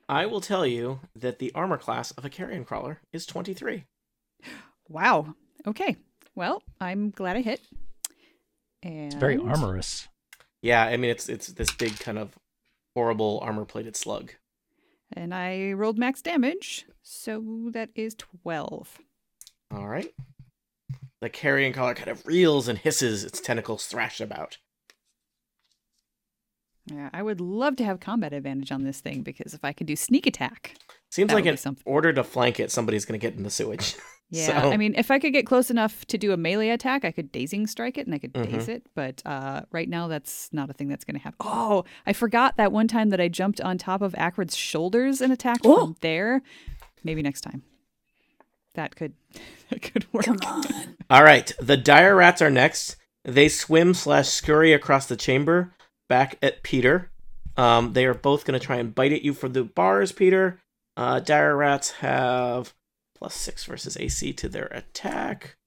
B: I will tell you that the armor class of a carrion crawler is 23.
D: Wow. Okay. Well, I'm glad I hit. And
C: It's very armorous.
B: Yeah, I mean it's it's this big kind of horrible armor plated slug.
D: And I rolled max damage, so that is 12.
B: All right. The carrion crawler kind of reels and hisses, its tentacles thrash about.
D: Yeah, I would love to have combat advantage on this thing because if I could do sneak attack.
B: Seems
D: That
B: like
D: would be
B: in
D: something.
B: order to flank it, somebody's going to get in the sewage.
D: Yeah,
B: So-
D: I mean, if I could get close enough to do a melee attack, I could dazing strike it and I could
E: Mm-hmm.
D: daze it. But uh, right now, that's not a thing that's going to happen. Oh, I forgot that one time that I jumped on top of Akrid's shoulders and attacked
E: Oh.
D: from there. Maybe next time. That could that could work.
E: Come on.
B: All right, the dire rats are next. They swim slash scurry across the chamber back at Peter. Um, they are both going to try and bite at you for the bars, Peter. Uh, dire rats have plus six versus AC to their attack.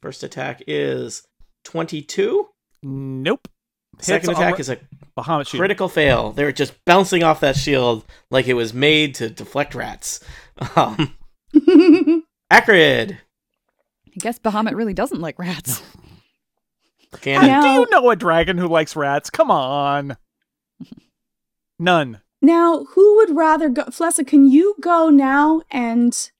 B: First attack is 22.
A: Nope.
B: Second
A: Hits
B: attack
A: alre-
B: is a
A: Bahamut shield.
B: critical fail. They're just bouncing off that shield like it was made to deflect rats. Um, Acrid.
D: I guess Bahamut really doesn't like rats.
B: Ganon.
E: I know.
A: Do you know a dragon who likes rats? Come on. None.
E: now, who would rather go? Flessa, can you go now and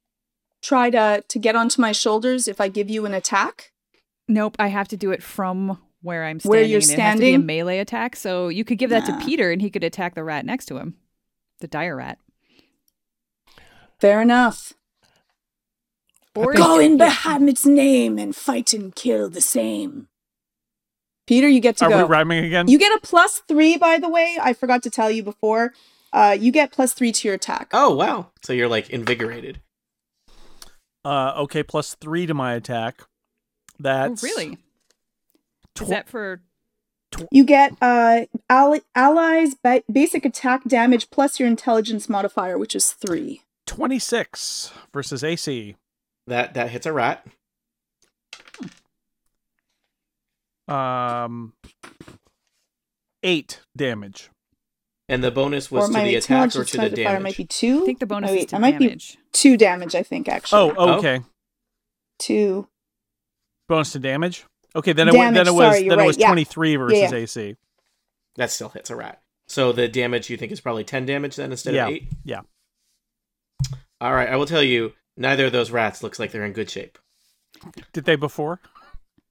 E: try to to get onto my shoulders if I give you an attack?
D: Nope, I have to do it from where I'm standing.
E: Where you're
D: and It has to be a
E: standing?
D: melee attack. So you could give that
E: Nah.
D: to Peter and he could attack the rat next to him, the dire rat.
E: Fair enough.
D: Or
E: Go in
D: Yeah.
E: Bahamut's name and fight and kill the same. Peter, you get to
A: Are
E: go.
A: we rhyming again?
E: You get a plus three, by the way. I forgot to tell you before. Uh, you get plus three to your attack.
B: Oh wow! So you're like invigorated.
A: uh, okay, plus three to my attack.
D: Oh,
A: That's
D: really?
A: tw-
D: Is that for
E: You get uh, ally- allies ba- basic attack damage plus your intelligence modifier, which is three.
A: 26 versus AC.
B: That that hits a rat.
A: Um, eight damage.
B: And the bonus was
E: or
B: to
E: my
B: the attack or
E: intelligence
B: to the
E: modifier might
B: damage.
E: be two.
D: I think the bonus
E: Oh,
D: is
E: wait,
D: to
E: I might be
D: damage.
E: two damage. I think actually.
A: Oh, okay.
E: two.
A: Bonus to damage. Okay, then it wa-
E: Damage,
A: then it was
E: sorry, you're
A: then it
E: right,
A: was
E: yeah.
A: 23 versus
E: Yeah.
A: AC.
B: That still hits a rat. So the damage you think is probably ten damage then instead
A: yeah.
B: of eight.
A: Yeah.
B: All right, I will tell you. Neither of those rats looks like they're in good shape.
A: Did they before?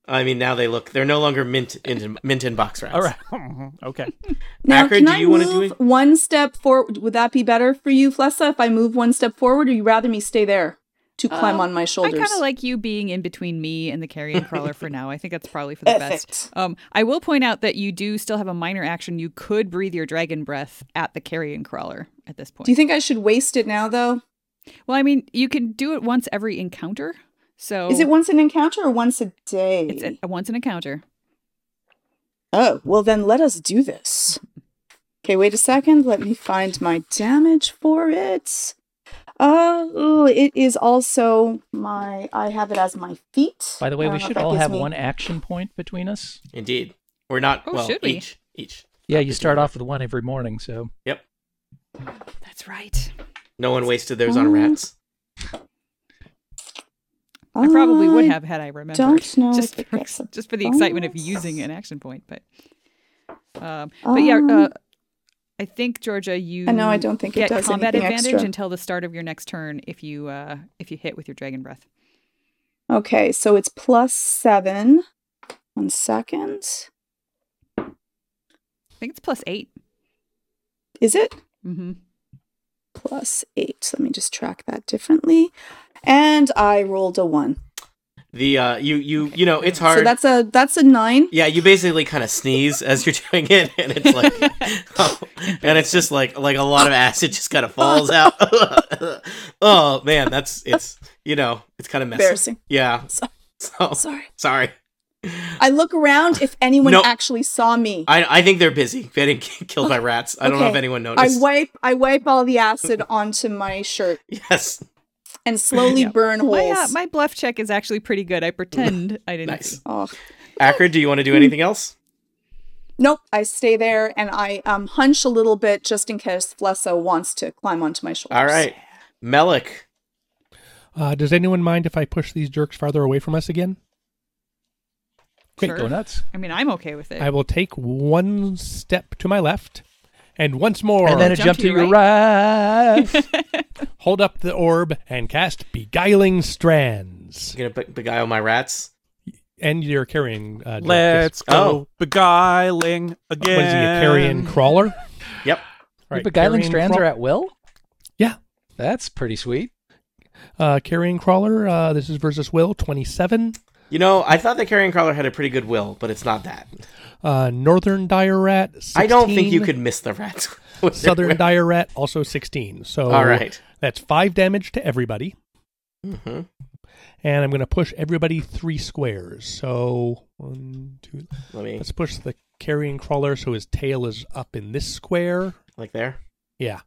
B: I mean, now they look—they're no longer mint in mint in box rats.
A: All right. Mm-hmm, okay.
E: Now,
B: Akrid,
E: can
B: do
E: I
B: you wanna do
E: move
B: it?
E: one step forward? Would that be better for you, Flessa, if I move one step forward, or you rather me stay there? to climb
D: Um,
E: on my
D: I
E: shoulders.
D: kind of like you being in between me and the carrion crawler for now. I think that's probably for the best.
E: Perfect.
D: Um, I will point out that you do still have a minor action. You could breathe your dragon breath at the carrion crawler at this point.
E: Do you think I should waste it now, though?
D: Well, I mean, you can do it once every encounter. So
E: Is it once an encounter or once a day?
D: It's a, once an encounter.
E: Oh, well, then let us do this. Okay, wait a second. Let me find my damage for it. Oh, it is also my. I have it as my feet.
C: By the
E: I
C: way,
E: don't
C: we
E: know if
C: should
E: that
C: all
E: gives
C: have
E: me-
C: one action point between us.
B: Indeed. We're not.
D: Oh,
B: well,
D: should we?
B: each. Each.
C: Yeah, you start off with one every morning, so
B: Yep.
D: That's right.
B: No one wasted theirs on rats.
D: I probably would
E: I-
D: have had I remembered.
E: don't know
D: Just
E: if it
D: for,
E: gets a
D: just for the excitement of
E: bonus.
D: using an action point, but um, but yeah, uh,
E: Um,
D: I think Georgia, you
E: I know, I don't think it
D: get
E: does
D: combat
E: anything
D: advantage
E: extra.
D: until the start of your next turn if you uh, if you hit with your dragon breath.
E: Okay, so it's plus seven. One second.
D: I think it's plus eight.
E: Is it?
D: Mm-hmm.
E: Plus eight. Let me just track that differently. And I rolled a one.
B: The uh, you you
D: Okay,
B: you know it's
D: fair
B: hard.
E: So that's a that's a nine.
B: yeah, you basically kind of sneeze as you're doing it, and it's like, and it's just like like a lot of acid just kind of falls out. oh man, that's it's you know it's kind of messy.
E: Embarrassing.
B: Yeah.
E: So-
B: So
E: Sorry.
B: sorry.
E: I look around if anyone
B: No.
E: actually saw me.
B: I I think they're busy getting killed by rats. I don't know if
E: Okay.
B: anyone
E: I
B: noticed.
E: wipe I wipe all the acid onto my shirt
B: yes.
E: and slowly
D: Yeah.
E: burn holes.
D: My uh, my bluff check is actually pretty good. I pretend I didn't.
B: Nice.
D: see.
E: oh.
B: Akra, do you want to do anything else?
E: Nope, I stay there and I um, hunch a little bit just in case Flesso wants to climb onto my shoulders.
B: All right, Melik.
F: Uh, does anyone mind if I push these jerks farther away from us again? Great,
D: Sure.
C: go nuts.
D: I mean, I'm okay with it.
F: I will take one step to my left, and once more,
C: and then a
D: Jump
C: jump
D: to
C: to
D: your
C: your right.
F: hold up the orb and cast beguiling strands.
B: You're gonna be- beguile my rats.
F: And you're carrying. Uh, Jack,
A: Let's
F: yes.
B: Oh.
A: go beguiling again.
F: What is he? A carrion crawler?
B: Yep.
C: Your
F: Right,
C: beguiling
F: carrion
C: strands
F: craw-
C: are at will.
F: Yeah.
C: That's pretty sweet.
F: Uh, carrion crawler. Uh, this is versus will twenty-seven.
B: You know, I thought the carrion crawler had a pretty good will, but it's not that.
F: Uh, northern dire rat. 16,
B: I don't think you could miss the rats. with their
F: Southern
B: will.
F: dire rat also sixteen. So
B: All right.
F: that's five damage to everybody.
B: hmm
F: and I'm going to push everybody three squares. So one, two.
B: Let me
F: Let's push the carrion crawler so his tail is up in this square.
B: like there.
F: Yeah,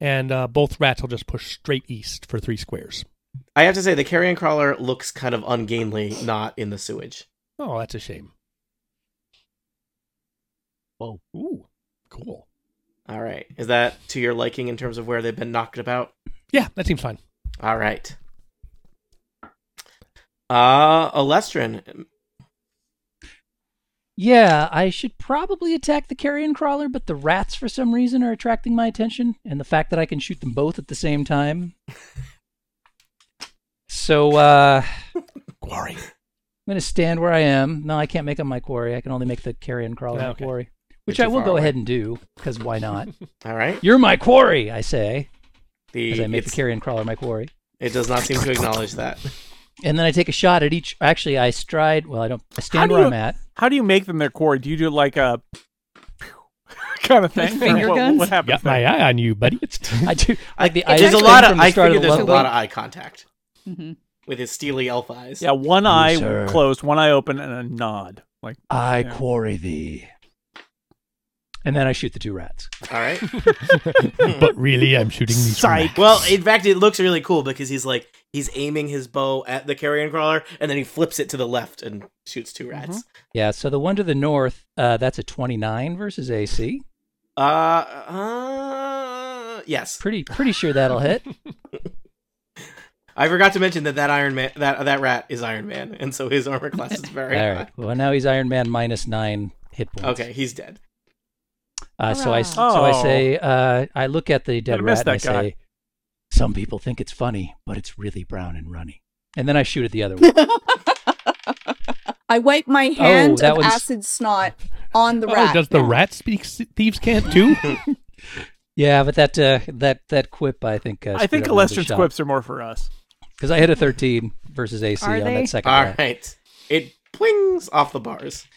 F: and uh, both rats will just push straight east for three squares.
B: I have to say the carrion crawler looks kind of ungainly, not in the sewage.
F: Oh, that's a shame. Whoa! Ooh, cool.
B: All right, is that to your liking in terms of where they've been knocked about?
F: Yeah, that seems fine.
B: All right. Uh, Alestrin.
C: Yeah, I should probably attack the carrion crawler, but the rats for some reason are attracting my attention, and the fact that I can shoot them both at the same time. So uh, I'm
F: Quarry.
C: gonna stand where I am. No, I can't make up my quarry. I can only make the carrion crawler my
F: Okay.
C: quarry,
B: You're
C: which
B: Oh, too
C: I will
B: far
C: go
B: away.
C: ahead and do because why not?
B: All right.
C: You're my quarry, I say,
B: The,
C: as I make the
B: it's-
C: carrion crawler my quarry.
B: It does not seem to acknowledge that.
C: And then I take a shot at each. Actually, I stride. Well, I don't. I
A: How
C: stand
A: do
C: where
A: you-
C: I'm at.
A: How do you make them their core? Do you do like a kind of thing? Or
D: Finger
A: what,
D: guns?
A: What happens?
F: Got my eye on you, buddy.
C: I do like the.
D: I-
B: there's a
D: actually-
B: lot
C: thing
B: of.
C: from the
B: I
C: start
B: figure
C: of
B: there's a
C: Level
B: lot
C: Up.
B: of eye contact
D: Mhm.
B: with his steely elf eyes.
A: Yeah, one eye
C: sir.
A: closed, one eye open, and a nod. Like
C: I
A: Yeah.
C: quarry thee. And then I shoot the two rats.
B: All right.
F: but really, I'm shooting these.
A: Psych.
B: Well, in fact, it looks really cool because he's like he's aiming his bow at the carrion crawler, and then he flips it to the left and shoots two rats.
C: Yeah, so the one to the north, uh, that's a 29 versus AC.
B: Uh, uh, yes.
C: Pretty pretty sure that'll hit.
B: I forgot to mention that that Iron Man, that that rat is Iron Man, and so his armor class is
C: All
B: very high.
C: right. Well, now he's Iron Man minus 9 hit points.
B: Okay, he's dead.
C: Uh, so I s-
A: Hurrah.
C: so I
A: Oh.
C: say uh, I look at the
A: I
C: dead
A: missed
C: rat and I
A: that guy.
C: say some people think it's funny, but it's really brown and runny. And then I shoot at the other one.
E: I wipe my hand
C: that
E: of
C: one's-
E: acid snot on the
F: Oh,
E: rat.
F: does the
E: now.
F: rat speak s- thieves can't too?
C: yeah, but that uh, that that quip I think uh,
A: I think
C: screwed up another
A: Alestrin's
C: shot.
A: quips are more for us.
C: because I hit a 13 versus AC
D: Are
C: on
D: they?
C: that second
B: All
C: round.
B: right. It plings off the bars.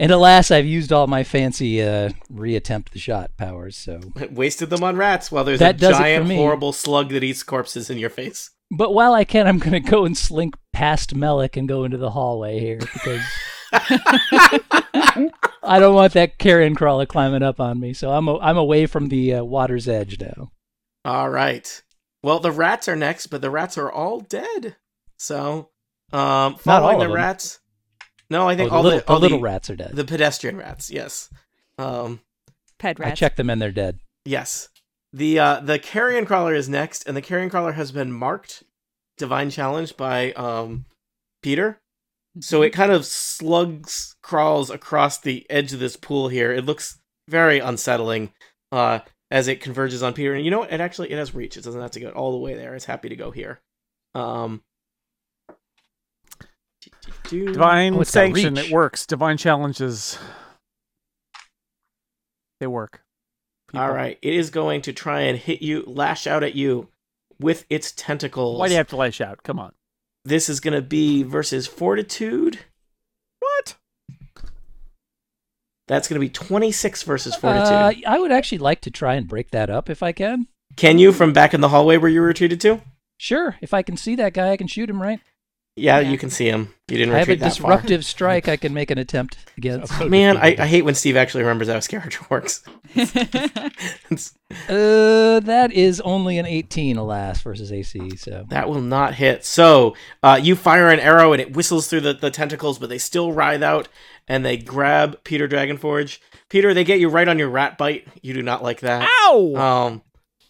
C: And alas, I've used all my fancy uh, reattempt the shot powers. So,
B: It wasted them on rats while there's
C: That
B: a
C: does it for
B: giant,
C: me.
B: horrible slug that eats corpses in your face.
C: but while I can, I'm going to go and slink past Melek and go into the hallway here because I don't want that carrion crawler climbing up on me. So I'm a- I'm away from the uh, water's edge now.
B: All right. Well, the rats are next, but the rats are all dead. So, um, following
C: all
B: the
C: of them.
B: rats. No, I
C: Oh,
B: think
C: the
B: all
C: little,
B: the, all
C: little
B: the,
C: rats are dead.
B: the pedestrian rats. Yes. Um,
D: Ped
C: I
D: rats.
C: checked them and they're dead.
B: yes. The uh, the carrion crawler is next, and the carrion crawler has been marked divine challenge by um, Peter.
A: Mm-hmm.
B: So it kind of slugs crawls across the edge of this pool here. It looks very unsettling uh, as it converges on Peter. And you know what? It actually it has reach. It doesn't have to go all the way there. It's happy to go here. Um, do-
A: Divine
C: Oh, it's got
A: sanction,
C: reach.
A: it works. Divine challenges, they work.
B: all right, it is going to try and hit you, lash out at you with its tentacles.
A: Why do you have to lash out? Come on.
B: this is going to be versus Fortitude.
A: What?
B: That's going to be twenty six versus Fortitude.
C: Uh, I would actually like to try and break that up if I can.
B: Can you from back in the hallway where you were retreated to?
C: Sure, if I can see that guy, I can shoot him. Right?
B: Yeah,
D: Yeah.
B: you can see him. You didn't
C: I have a
B: retreat that far.
C: disruptive strike. I can make an attempt against.
F: So
B: Man, I,
F: defeated.
B: I hate when Steve actually remembers how his character works. It's-
C: Uh, that is only an 18, alas, versus AC. So
B: that will not hit. So uh, you fire an arrow and it whistles through the, the tentacles, but they still writhe out and they grab Peter Dragonforge. Peter, they get you right on your rat bite. You do not like
C: Ah!
B: that.
A: Ow!
B: Um,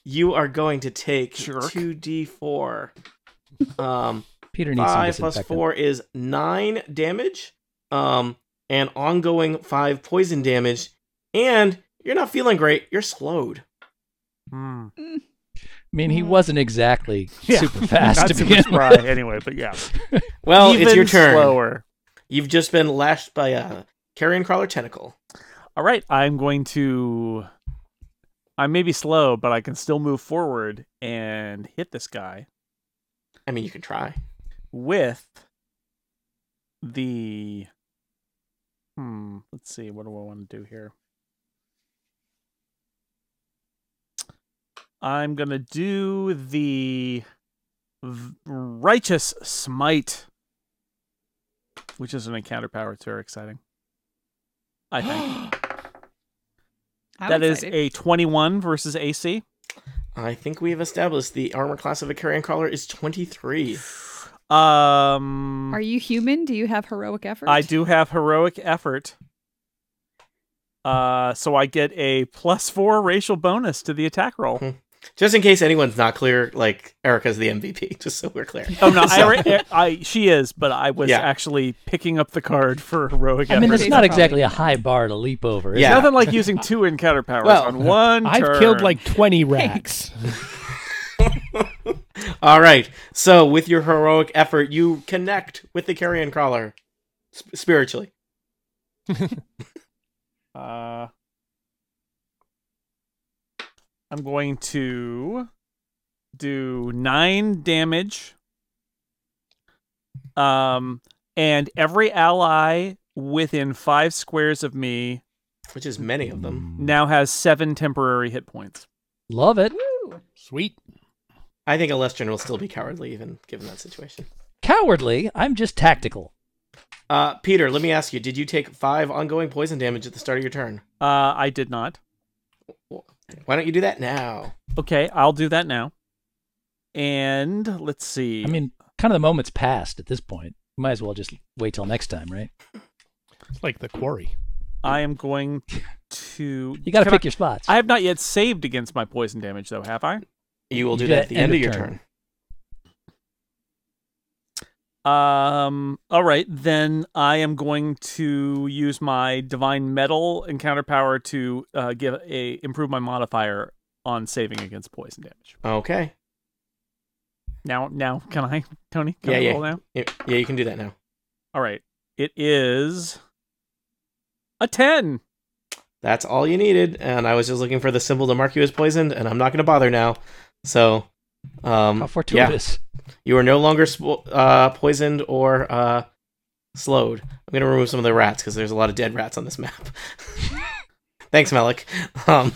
B: you are going to take
A: Jerk.
B: two d four. Um,
C: Peter needs
B: five
C: some
B: plus
C: disinfectant.
B: four is nine damage, um, and ongoing five poison damage. And you're not feeling great. You're slowed.
A: Hmm.
C: I mean, he wasn't exactly
A: Yeah.
C: super fast
A: Not
C: to
A: super
C: begin with.
A: spry anyway, but yeah.
B: Well,
A: Even
B: it's your turn.
A: slower.
B: You've just been lashed by a carrion crawler tentacle.
A: All right, I'm going to. I may be slow, but I can still move forward and hit this guy
B: I mean, you can try.
A: with the. Hmm. Let's see. What do I want to do here? I'm gonna do the v- righteous smite, which is an encounter power. It's very exciting. I think.
D: I'm
A: That is
D: excited.
A: a 21 versus AC.
B: I think we have established the armor class of a carrion crawler is 23.
A: Um,
D: Are you human? Do you have heroic effort?
A: I do have heroic effort. Uh, so I get a plus four racial bonus to the attack roll.
B: Mhm. Just in case anyone's not clear, like Erica's the MVP, just so we're clear.
A: Oh no, I,
B: So-
A: alre- I she is, but I was
B: Yeah.
A: actually picking up the card for heroic
C: I mean,
A: effort.
C: it's not exactly a high bar to leap over. is
B: Yeah.
A: Nothing like using two encounter powers
B: Well,
A: on one.
F: I've
A: turn.
F: killed like 20 rats.
B: All right. So, with your heroic effort, you connect with the carrion crawler sp- spiritually.
A: Uh, I'm going to do nine damage. Um, and every ally within five squares of me
B: which is many of them.
A: now has seven temporary hit points.
C: it? Love it.
F: Sweet.
B: I think Alestrian will still be cowardly, even given that situation.
C: Cowardly. I'm just tactical.
B: Uh, Peter, let me ask you: Did you take five ongoing poison damage at the start of your turn?
A: Uh, I did not.
B: Why don't you do that now?
A: Okay, I'll do that now. And let's see.
C: I mean, kind of the moment's passed at this point. Might as well just wait till next time, right?
F: It's like the quarry.
A: I am going to.
C: You got to
A: Can
C: pick
A: I,
C: your spots.
A: I have not yet saved against my poison damage, though, have I?
B: You will do
C: You
B: that at
C: did
B: the end of your turn.
A: Um. All right, then I am going to use my divine metal encounter power to uh, give a improve my modifier on saving against poison damage.
B: Okay.
A: Now, now can I, Tony? Can
B: Yeah,
A: I
B: yeah.
A: roll now?
B: Y- Yeah, you can do that now.
A: All right. It is a ten.
B: That's all you needed, and I was just looking for the symbol to mark you as poisoned, and I'm not going to bother now. So Um,
C: How
B: yeah.
C: fortuitous.
B: You are no longer spo- uh, poisoned or uh, slowed. I'm going to remove some of the rats because there's a lot of dead rats on this map. Thanks, Malik. Um,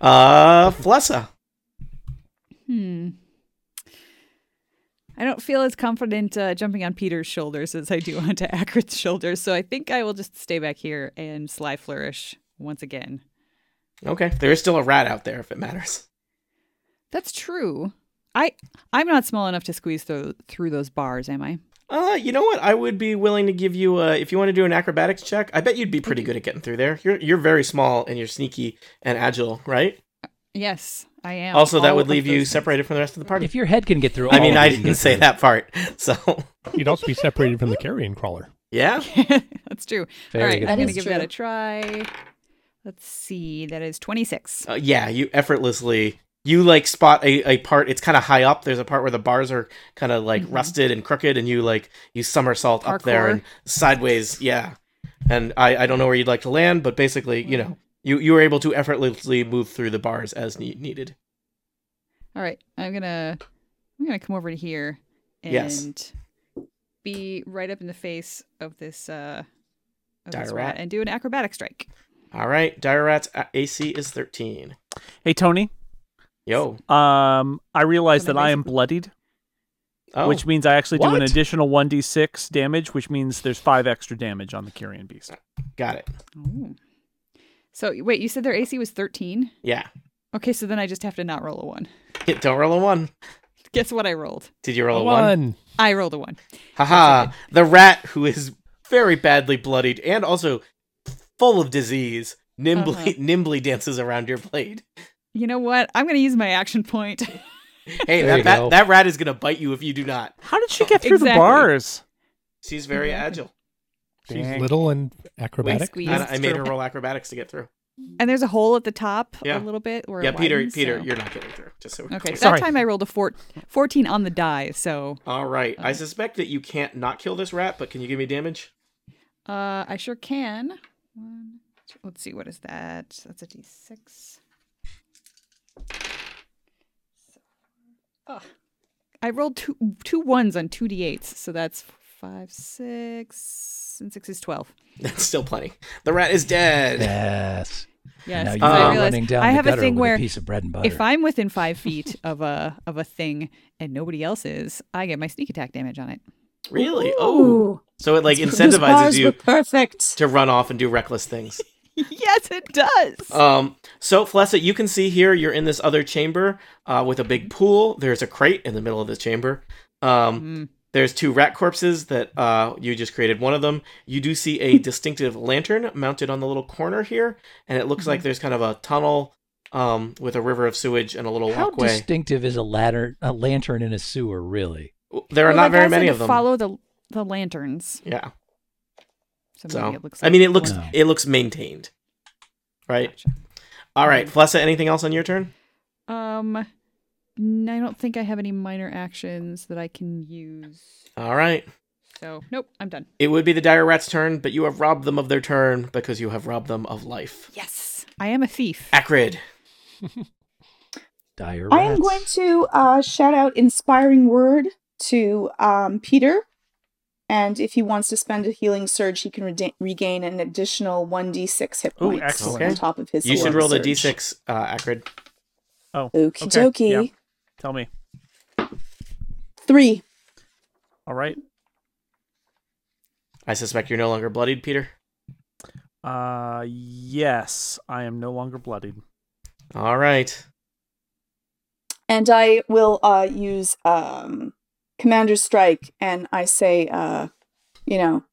B: uh, Flessa.
D: Hmm. I don't feel as confident uh, jumping on Peter's shoulders as I do onto Akrit's shoulders, so I think I will just stay back here and sly flourish once again.
B: Okay, there is still a rat out there if it matters.
D: That's true. I I'm not small enough to squeeze through through those bars, am I?
B: Uh, you know what? I would be willing to give you uh, if you want to do an acrobatics check. I bet you'd be pretty good at getting through there. You're you're very small and you're sneaky and agile, right?
D: Yes, I am.
B: also, that
D: All
B: would
D: of
B: leave
D: those
B: you
D: things.
B: separated from the rest of the party.
C: If your head can get through,
B: I
C: all
B: mean,
C: of
B: I
C: it, you can
B: didn't
C: get
B: say
C: through.
B: that part. So,
F: You'd also be separated from the carrion crawler.
B: yeah.
D: That's true.
C: Very
D: All right,
C: good
D: I'm gonna
E: point.
D: give
E: That
D: that a
E: is
D: try. Let's see. That is 26.
B: Uh, yeah, you effortlessly you like spot a, a part. It's kind of high up. There's a part where the bars are kind of like
D: Mhm.
B: rusted and crooked, and you like you somersault up there
D: Parkour.
B: and sideways. Yeah, and I I don't know where you'd like to land, but basically, you know, you you were able to effortlessly move through the bars as ne- needed.
D: All right, I'm gonna I'm gonna come over to here and
B: Yes.
D: be right up in the face of this uh of this
B: Dire
D: rat
B: rat.
D: and do an acrobatic strike.
B: All right, Dire Rat's uh, a- AC is thirteen.
A: Hey, Tony.
B: Yo,
A: Um, I realize
D: Wanna
A: that I am
D: basically-
A: bloodied,
B: oh,
A: which means I actually do an
B: What?
A: additional 1d6 damage, which means there's five extra damage on the Kyrian beast.
B: got it.
D: Ooh. So wait, you said their AC was 13?
B: Yeah,
D: Okay, so then I just have to not roll a one.
B: don't roll a one.
D: Guess what I rolled?
B: Did you roll a one?
F: One.
D: I rolled a one.
B: Haha, the rat who is very badly bloodied and also full of disease nimbly
D: Uh-huh.
B: nimbly dances around your blade.
D: You know what? I'm gonna use my action point.
B: Hey,
C: There
B: that,
C: you go.
B: that that rat is going to bite you if you do not.
A: How did she get
E: Oh,
A: through the
D: Exactly.
A: bars?
B: She's very
D: Mhm.
B: agile.
F: She's
A: Dang.
F: little and acrobatic.
D: squeeze.
B: And I, made her
D: through.
B: roll acrobatics to get through.
D: and there's a hole at the top
B: Yeah.
D: a little bit where it
B: yeah, Peter,
D: widens,
B: Peter,
D: so-
B: you're not getting through. Just so we're
D: Okay,
B: clear.
A: Sorry.
D: that time I rolled a four, 14 on the die, so
B: All right.
D: Oh.
B: I suspect that you can't not kill this rat, but can you give me damage?
D: Uh, I sure can. One, two, let's see, what is that? That's a d6. Ugh. ah, I rolled two two ones on two d8s, so that's five, six, and six is twelve.
B: That's still plenty. The rat is dead.
C: Yes.
D: Yes,
C: now
D: 'cause
C: you
D: I
C: are
D: realized
C: running down
D: I
C: the
D: have a
C: gutter
D: thing
C: with
D: where
C: a piece of bread and butter.
D: if I'm within five feet of a of a thing and nobody else is, I get my sneak attack damage on it.
B: Really? Oh.
E: Ooh,
B: So it like
E: those
B: incentivizes
E: bars were
B: you
E: perfect.
B: to run off and do reckless things.
D: yes, it does.
B: Um, so Flessa, you can see here you're in this other chamber uh, with a big pool. There's a crate in the middle of this chamber. Um,
D: Mm.
B: There's two rat corpses that uh, you just created one of them. You do see a distinctive lantern mounted on the little corner here, and it looks
D: Mm-hmm.
B: like there's kind of a tunnel um, with a river of sewage and a little
C: How
B: walkway.
C: distinctive is a ladder, a lantern in a sewer, really?
B: there are
D: Well,
B: not
D: the guy
B: very
D: said
B: many
D: to
B: of them.
D: Follow the the lanterns.
B: yeah.
D: So,
B: So
D: maybe it looks.
B: I mean, it looks
C: No.
B: it looks maintained, right?
D: Gotcha.
B: All right, Flessa. Anything else on your turn?
D: Um, n- I don't think I have any minor actions that I can use.
B: All right.
D: So nope, I'm done.
B: It would be the dire rat's turn, but you have robbed them of their turn because you have robbed them of life.
D: Yes, I am a thief.
B: Acrid.
C: Dire
E: I am
C: rats.
E: going to uh, shout out inspiring word to um, Peter, and if he wants to spend a healing surge, he can reda- regain an additional one d six hit
A: Ooh,
E: points
A: excellent.
E: on top of his.
B: You should
E: healing
B: roll the
E: surge.
B: d6, uh, Acrid.
A: Oh,
E: Okie
A: okay.
E: dokie.
A: Yeah. Tell me.
E: Three.
A: All right.
B: I suspect you're no longer bloodied, Peter.
A: Uh, yes, I am no longer bloodied.
B: All right.
E: And I will uh, use um, Commander Strike, and I say, uh, you know,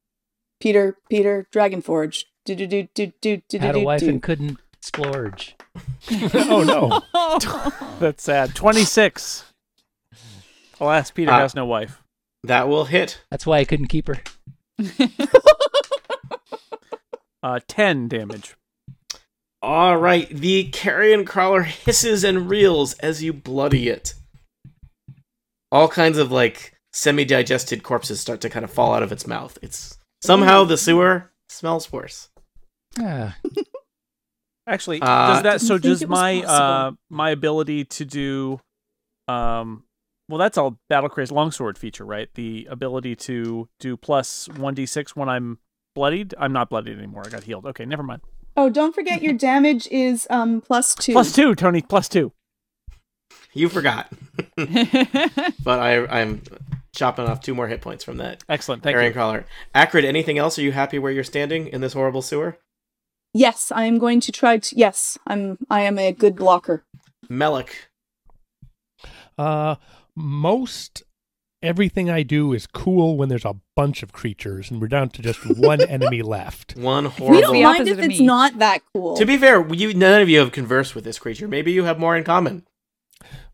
E: Peter, Peter, Dragonforge. Do do do do do do
C: Had a
E: do
C: wife
E: do.
C: and couldn't splurge.
F: oh no.
A: That's sad. 26. Alas, Peter
B: Uh,
A: has no wife.
B: That will hit.
C: That's why I couldn't keep her.
A: Uh, 10 damage.
B: All right. The carrion crawler hisses and reels as you bloody it. All kinds of like semi-digested corpses start to kind of fall out of its mouth. It's somehow the sewer smells worse.
C: Ah,
A: Actually,
B: Uh,
A: does that so
E: Didn't think
A: does
E: it was
A: my uh
E: possible.
A: my ability to do Um, well, that's all battle craze longsword feature, right? The ability to do plus one d six when I'm bloodied. I'm not bloodied anymore. I got healed. Okay, never mind.
E: Oh, don't forget your damage is um plus two.
A: Plus two, Tony. Plus two.
B: You forgot, but I I'm chopping off two more hit points from that.
A: Excellent. Thank
B: Carrion
A: you.
B: crawler. Acrid, anything else? Are you happy where you're standing in this horrible sewer?
E: Yes, I am going to try to. Yes, I'm. I am a good blocker.
B: Melek,
F: Uh, most everything I do is cool when there's a bunch of creatures, and we're down to just one enemy left.
B: one
E: We don't
D: The
B: horrible.
E: mind
D: opposite
E: if
D: of
E: it's
D: me.
E: not that cool.
B: To be fair, you none of you have conversed with this creature. Maybe you have more in common.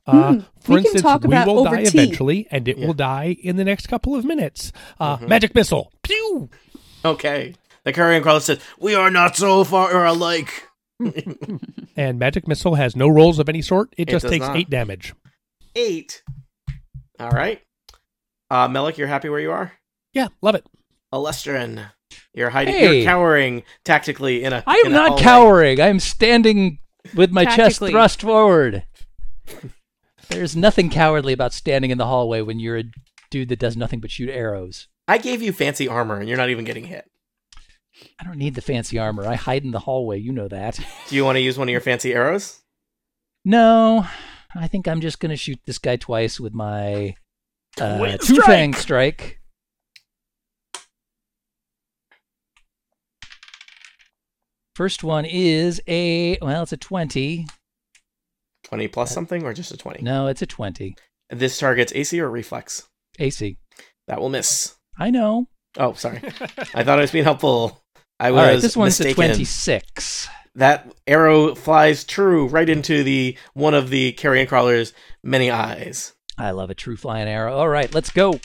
F: Uh,
E: Hmm,
F: for
E: we can
F: instance,
E: talk
F: we
E: about
F: will
E: over
F: die
E: tea.
F: eventually, and it
B: Yeah.
F: will die in the next couple of minutes. Uh,
B: Mhm.
F: Magic missile. Pew!
B: Okay. The Carrion crawler says, "We are not so far alike."
F: And magic missile has no rolls of any sort. It,
B: It
F: just
B: does
F: takes
B: not.
F: eight damage.
B: Eight. All right. Uh, Melek, you're happy where you are.
F: Yeah, love it.
B: Alestrin, you're hiding.
C: Hey.
B: You're cowering tactically in a.
C: I am
B: in a
C: not
B: hallway.
C: cowering. I am standing with my chest
D: Tactically.
C: thrust forward. There's nothing cowardly about standing in the hallway when you're a dude that does nothing but shoot arrows.
B: I gave you fancy armor, and you're not even getting hit.
C: I don't need the fancy armor. I hide in the hallway. You know that.
B: Do you want to use one of your fancy arrows?
C: No, I think I'm just going to shoot this guy twice with my uh,
A: Twin
C: two fang strike. First one is a well, it's a twenty.
B: Twenty
C: Uh,
B: plus something, or just a twenty?
C: No, it's a twenty.
B: This targets AC or reflex.
C: AC.
B: That will miss.
C: I know.
B: Oh, sorry. I thought I was being helpful. I
C: All
B: was
C: right, this one's a
B: mistaken.
C: twenty-six.
B: That arrow flies true right into the one of the carrion crawler's many eyes.
C: I love a true flying arrow. All right, let's go.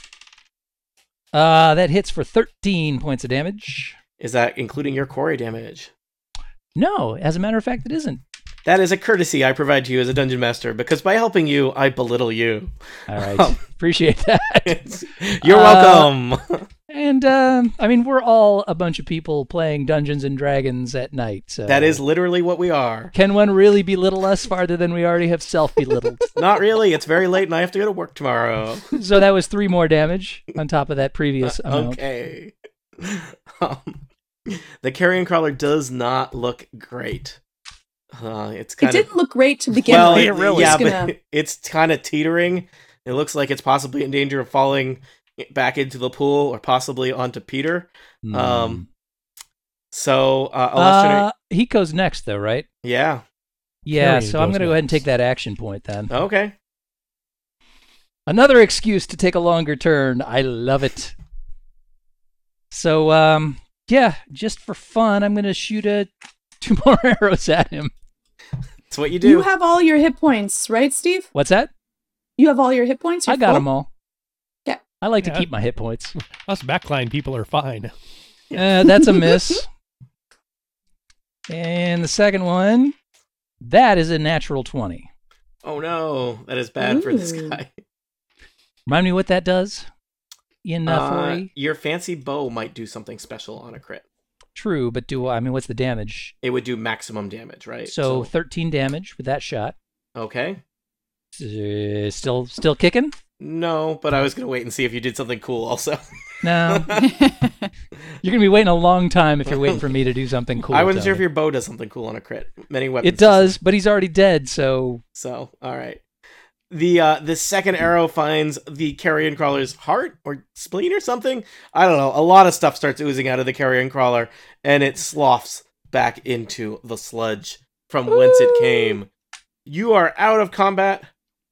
C: Uh, that hits for thirteen points of damage.
B: Is that including your quarry damage?
C: No, as a matter of fact, it isn't.
B: That is a courtesy I provide to you as a dungeon master, because by helping you, I belittle you.
C: All right,
B: Oh.
C: appreciate that.
B: You're
C: Uh,
B: welcome.
C: And um, I mean, we're all a bunch of people playing Dungeons and Dragons at night. So
B: that is literally what we are.
C: Can one really belittle us farther than we already have self belittled?
B: Not really. It's very late, and I have to go to work tomorrow.
C: so that was three more damage on top of that previous amount.
B: Uh, okay. Um, the carrion crawler does not look great. Uh, it's
E: it
B: kind of
E: didn't look great to begin
B: well,
E: with.
A: it
B: it-
A: really-
B: yeah,
E: Just gonna-
B: but it's kind of teetering. It looks like it's possibly in danger of falling back into the pool, or possibly onto Peter.
C: Hmm.
B: Um, So, uh, Alestra-
C: uh, he goes next, though, right?
B: yeah,
C: Yeah.
F: Carrion
C: so I'm
F: goes
C: going to go ahead and
F: next.
C: take that action point then.
B: okay.
C: Another excuse to take a longer turn. I love it. So um, yeah, just for fun, I'm going to shoot a two more arrows at him.
B: It's what you do.
E: you have all your hit points, right, Steve?
C: What's that?
E: You have all your hit points. You're
C: I got
E: full?
C: them all.
E: Yeah.
C: I like
F: Yeah.
C: to keep my hit points.
F: Us backline people are fine.
C: Uh, that's a miss. and the second one, that is a natural 20.
B: oh no, that is bad for this
E: Ooh.
B: guy.
C: Remind me what that does in uh,
B: Uh,
C: 4E?
B: your fancy bow might do something special on a crit.
C: True, but do I mean, what's the damage?
B: It would do maximum damage, right?
C: So 13 damage with that shot.
B: okay.
C: Uh, still still kicking?
B: No, but I was gonna wait and see if you did something cool. Also,
C: No. you're going to be waiting a long time if you're waiting for me to do something cool.
B: I wasn't sure if
C: Tony.
B: your bow does something cool on a crit. Many weapons.
C: It does, but he's already dead, so
B: So, all right. The uh the second arrow finds the carrion crawler's heart or spleen or something. I don't know. A lot of stuff starts oozing out of the carrion crawler and it sloughs back into the sludge from whence it came. You are out of combat.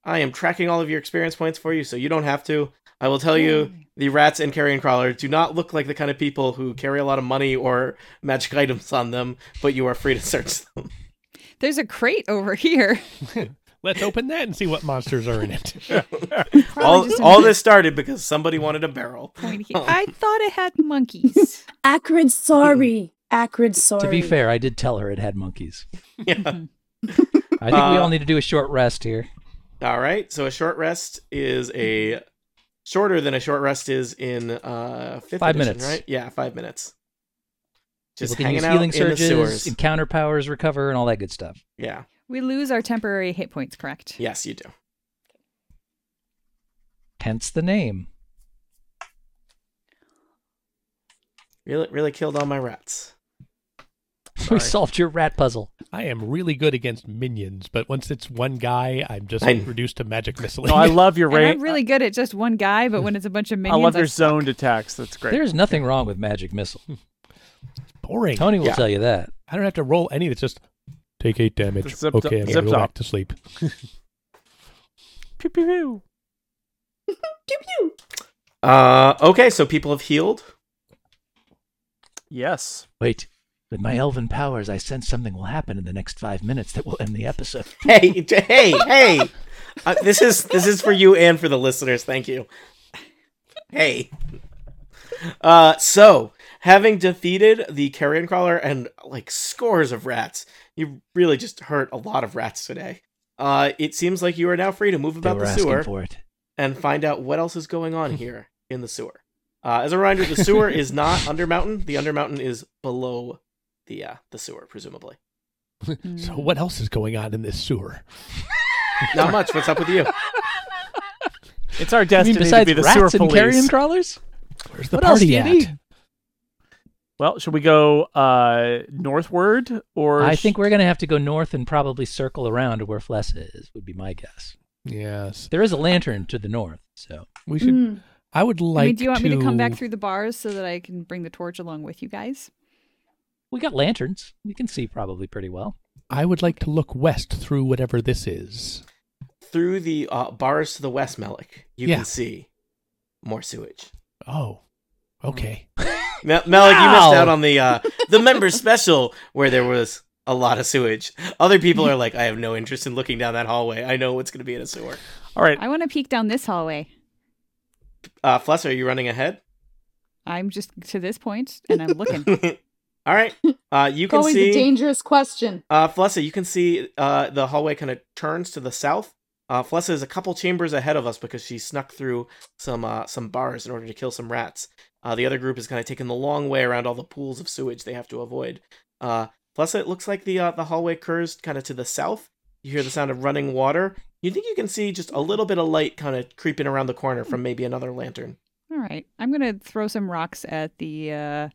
B: I am tracking all of your experience points for you so you don't have to. I will tell you the rats and carrion crawler do not look like the kind of people who carry a lot of money or magic items on them, but you are free to search them.
D: There's a crate over here.
F: Let's open that and see what monsters are in it.
B: all,
D: just a
B: all Oh.
D: big-
B: this started because somebody wanted a barrel.
D: Pointy- I thought it had monkeys.
E: Acrid sorry. Acrid sorry.
C: to be fair, I did tell her it had monkeys.
B: Yeah.
C: I think we
B: Uh,
C: all need to do a short rest here.
B: All right. So a short rest is a shorter than a short rest is in uh fifth
C: Five
B: edition,
C: minutes.
B: right? Yeah, five minutes. Just
C: People can
B: hanging
C: use
B: out
C: healing
B: in
C: surges,
B: the sewers.
C: encounter powers, recover, and all that good stuff.
B: Yeah.
D: we lose our temporary hit points, correct?
B: Yes, you do.
C: hence the name.
B: Really, really killed all my rats.
C: We
B: Sorry.
C: solved your rat puzzle.
F: I am really good against minions, but once it's one guy, I'm just
B: I-
F: reduced to magic missiles.
A: No, I love your
D: And
A: rate.
D: I'm really good at just one guy, but when it's a bunch of
A: I
D: minions,
A: love your
D: suck.
A: zoned attacks. That's great.
C: There's nothing wrong with magic missile.
F: boring.
C: Tony will
B: Yeah.
C: tell you that.
F: I don't have to roll any. It's just take eight damage.
A: Zip-
F: okay, I'm
A: zip
F: gonna go
A: zop.
F: back to sleep.
A: pew, pew, pew.
E: Pew pew.
B: Uh, okay, so people have healed.
A: Yes.
C: Wait, with my elven powers, I sense something will happen in the next five minutes that will end the episode.
B: Hey, j- hey, hey! Uh, this is this is for you and for the listeners. Thank you. Hey. Uh, so having defeated the carrion crawler and like scores of rats, you really just hurt a lot of rats today. Uh, it seems like you are now free to move
C: They
B: about
C: were
B: the
C: asking
B: sewer.
C: for it.
B: and find out what else is going on here in the sewer. Uh, as a reminder, the sewer is not under mountain. The under mountain is below the uh, the sewer, presumably.
F: so
D: Hmm.
F: what else is going on in this sewer?
B: Not much. What's up with you?
A: It's our
C: I mean,
A: destiny to
C: besides
A: be the sewer
C: rats and carrion
A: police.
C: crawlers?
F: Where's the
C: what else do
F: party
C: you
F: at?
C: need?
A: well, should we go uh, northward or?
C: I
A: sh-
C: think we're going to have to go north and probably circle around to where Fless is, would be my guess.
F: Yes,
C: There is a lantern to the north, so.
F: we should.
E: Mm.
F: I would
D: Hmm. I
F: like.
D: mean, do you want me to come back through the bars so that I can bring the torch along with you guys?
C: We got lanterns. We can see probably pretty well.
F: I would like to look west through whatever this is.
B: Through the uh, bars to the west, Melik, you
F: Yeah.
B: can see more sewage.
F: Oh, okay.
B: Me- Melik, you
C: Wow.
B: missed out on the uh, the member special where there was a lot of sewage. Other people are like, I have no interest in looking down that hallway. I know what's going to be in a sewer.
A: All right.
D: I want to peek down this hallway.
B: Uh, Flesser, are you running ahead?
D: I'm just to this point, and I'm looking.
B: All right. Uh, you can
E: Always
B: see.
E: a dangerous question.
B: Uh, Flessa, you can see uh, the hallway kind of turns to the south. Uh, Flessa is a couple chambers ahead of us because she snuck through some uh, some bars in order to kill some rats. Uh, the other group is kind of taking the long way around all the pools of sewage they have to avoid. Uh, Flessa, it looks like the uh, the hallway curves kind of to the south. You hear the sound of running water. You think you can see just a little bit of light kind of creeping around the corner from maybe another lantern.
D: All right, I'm gonna throw some rocks at the uh,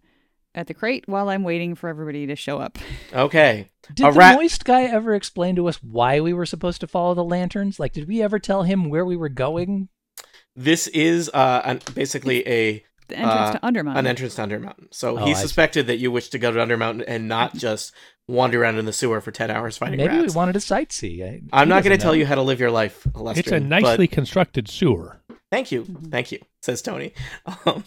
D: at the crate while I'm waiting for everybody to show up.
B: Okay.
C: Did
B: A
C: the
B: rat-
C: moist guy ever explain to us why we were supposed to follow the lanterns? Like, did we ever tell him where we were going?
B: This is uh, an, basically a
D: The entrance
B: Uh,
D: to Undermine.
B: an entrance to Undermountain. So
C: Oh, I
B: he
C: see.
B: suspected that you wished to go to Undermountain and not just wander around in the sewer for ten hours fighting
C: Maybe we
B: rats.
C: wanted to sightsee. I,
B: I'm
C: he
B: not going to
C: doesn't
B: tell
C: know.
B: you how to live your life, Alestrin.
F: It's a
B: but
F: nicely constructed sewer.
B: thank you,
D: Mhm.
B: thank you, says Tony. Um,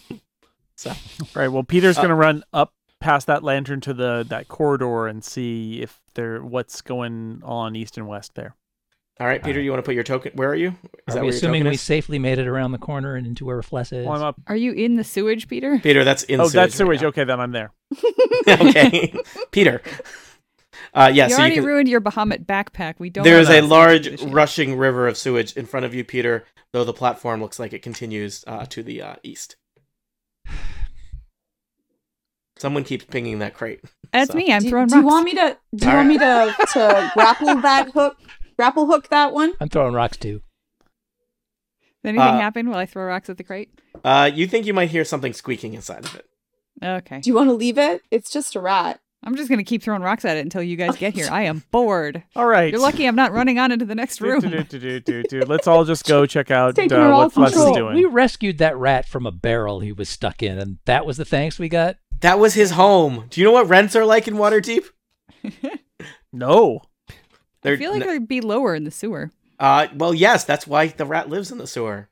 B: so
A: All right. Well, Peter's
B: Uh,
A: going to run up past that lantern to the that corridor and see if there what's going on east and west there.
B: all right, Peter, you want to put your token? Where are you?
C: Are we
B: where your
C: assuming
B: token
C: we
B: is?
C: safely made it around the corner and into where Fless is?
A: Well, I'm up.
D: Are you in the sewage, Peter?
B: Peter, that's in
A: oh,
B: sewage.
A: that's
B: right
A: sewage.
B: now.
A: Okay, then I'm there.
B: okay, Peter. Uh, yeah,
D: you
B: so
D: already
B: you can,
D: ruined your Bahamut backpack. We don't.
B: There is
D: want
B: a
D: that
B: large
D: this year.
B: rushing river of sewage in front of you, Peter. Though the platform looks like it continues uh, to the uh, east. Someone keeps pinging that crate.
D: That's
B: so.
D: me. I'm
E: do,
D: throwing
E: do you
D: rocks.
E: want me to? Do you
B: All
E: want me to to grapple that hook? Grapple hook that one?
C: I'm throwing rocks too.
D: Did anything
B: Uh,
D: happen while I throw rocks at the crate?
B: Uh, you think you might hear something squeaking inside of it?
D: Okay.
E: Do you want to leave it? It's just a rat.
D: I'm just gonna keep throwing rocks at it until you guys get here. I am bored.
A: All right.
D: You're lucky I'm not running on into the next
A: Do, do,
D: room.
A: do, do, do, do. Let's all just go check out
E: Taking
A: uh,
E: her all
A: what Fless is
E: control.
A: doing.
C: We rescued that rat from a barrel he was stuck in, and that was the thanks we got.
B: That was his home. Do you know what rents are like in Waterdeep?
A: No.
D: I feel like
B: n-
D: I'd be lower in the sewer.
B: uh, well, yes, that's why the rat lives in the sewer.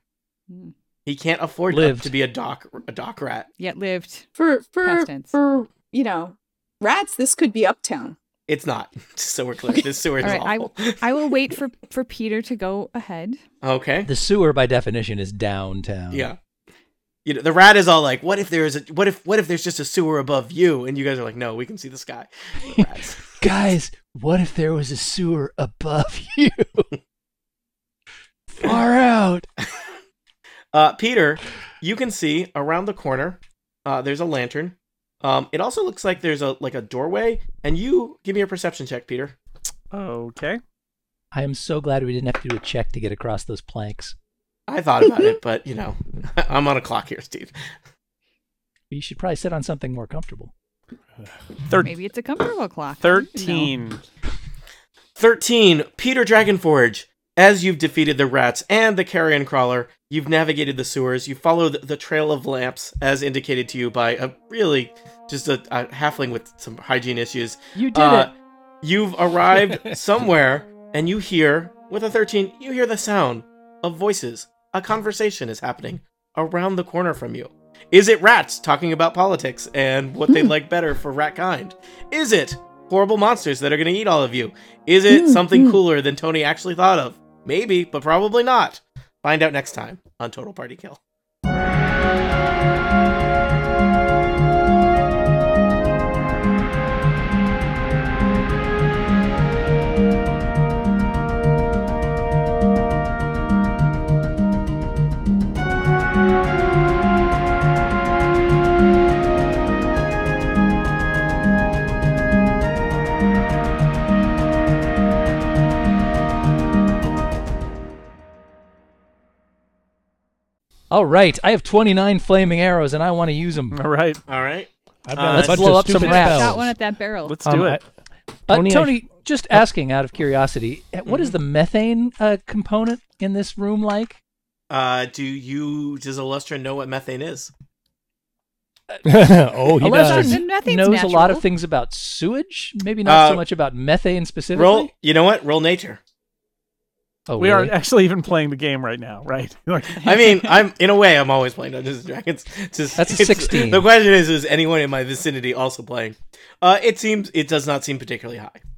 D: Hmm.
B: He can't afford
C: Lived.
B: to be a dock a dock rat.
D: Yet lived.
E: For for
D: Past tense.
E: for you know, rats. This could be uptown.
B: It's not. Just so we're clear, this sewer is
D: All right, I-
B: awful.
D: I will wait for for Peter to go ahead.
B: okay.
C: The sewer, by definition, is downtown.
B: Yeah. Um, You know, the rat is all like, "What if there is a what if what if there's just a sewer above you?" And you guys are like, "No, we can see the sky." The rats.
C: Guys, what if there was a sewer above you? Far out.
B: Uh, Peter, you can see around the corner. Uh, there's a lantern. Um, it also looks like there's a like a doorway. And you give me a perception check, Peter.
A: Okay.
C: I am so glad we didn't have to do a check to get across those planks.
B: I thought about it, but you know, I'm on a clock here, Steve.
C: You should probably sit on something more comfortable.
A: Thir-
D: Maybe it's a comfortable clock. I don't know.
A: 13.
B: 13. Peter Dragonforge. As you've defeated the rats and the carrion crawler, you've navigated the sewers, you followed the trail of lamps as indicated to you by a really just a, a halfling with some hygiene issues.
C: You did
B: Uh, You've arrived somewhere and you hear, with a 13, you hear the sound of voices. A conversation is happening around the corner from you. Is it rats talking about politics and what
C: Hmm.
B: they like better for rat kind? Is it horrible monsters that are going to eat all of you? Is it
E: Mm,
C: Hmm,
B: something
E: mm.
B: cooler than Tony actually thought of? Maybe, but probably not. Find out next time on Total Party Kill.
C: All right, I have 29 flaming arrows and I want to use them.
A: All right.
B: All right.
F: I've
B: Uh,
F: got
B: let's
F: a bunch
C: blow
F: of
C: up some
F: stupid
C: rats.
F: spells.
D: Shot one at that barrel.
A: Let's
F: Um,
A: do it.
F: I-
C: Uh,
F: Tony,
C: Tony,
F: I-
C: just asking out of curiosity, uh, what is the methane uh, component in this room like?
B: Uh, do you, does Illustra know what methane is?
F: oh, he
C: Unless
F: does.
C: you're-
D: And methane's
C: knows a lot
D: natural.
C: of things about sewage, maybe
B: Uh,
C: not so much about methane specifically.
B: Roll, you know what? Roll nature.
C: oh,
A: We
C: really?
A: are actually even playing the game right now, right? Like,
B: I mean, I'm in a way, I'm always playing Dungeons and Dragons. It's Just,
C: That's a
B: it's-
C: 16.
B: The question is, is anyone in my vicinity also playing? Uh, it seems it does not seem particularly high.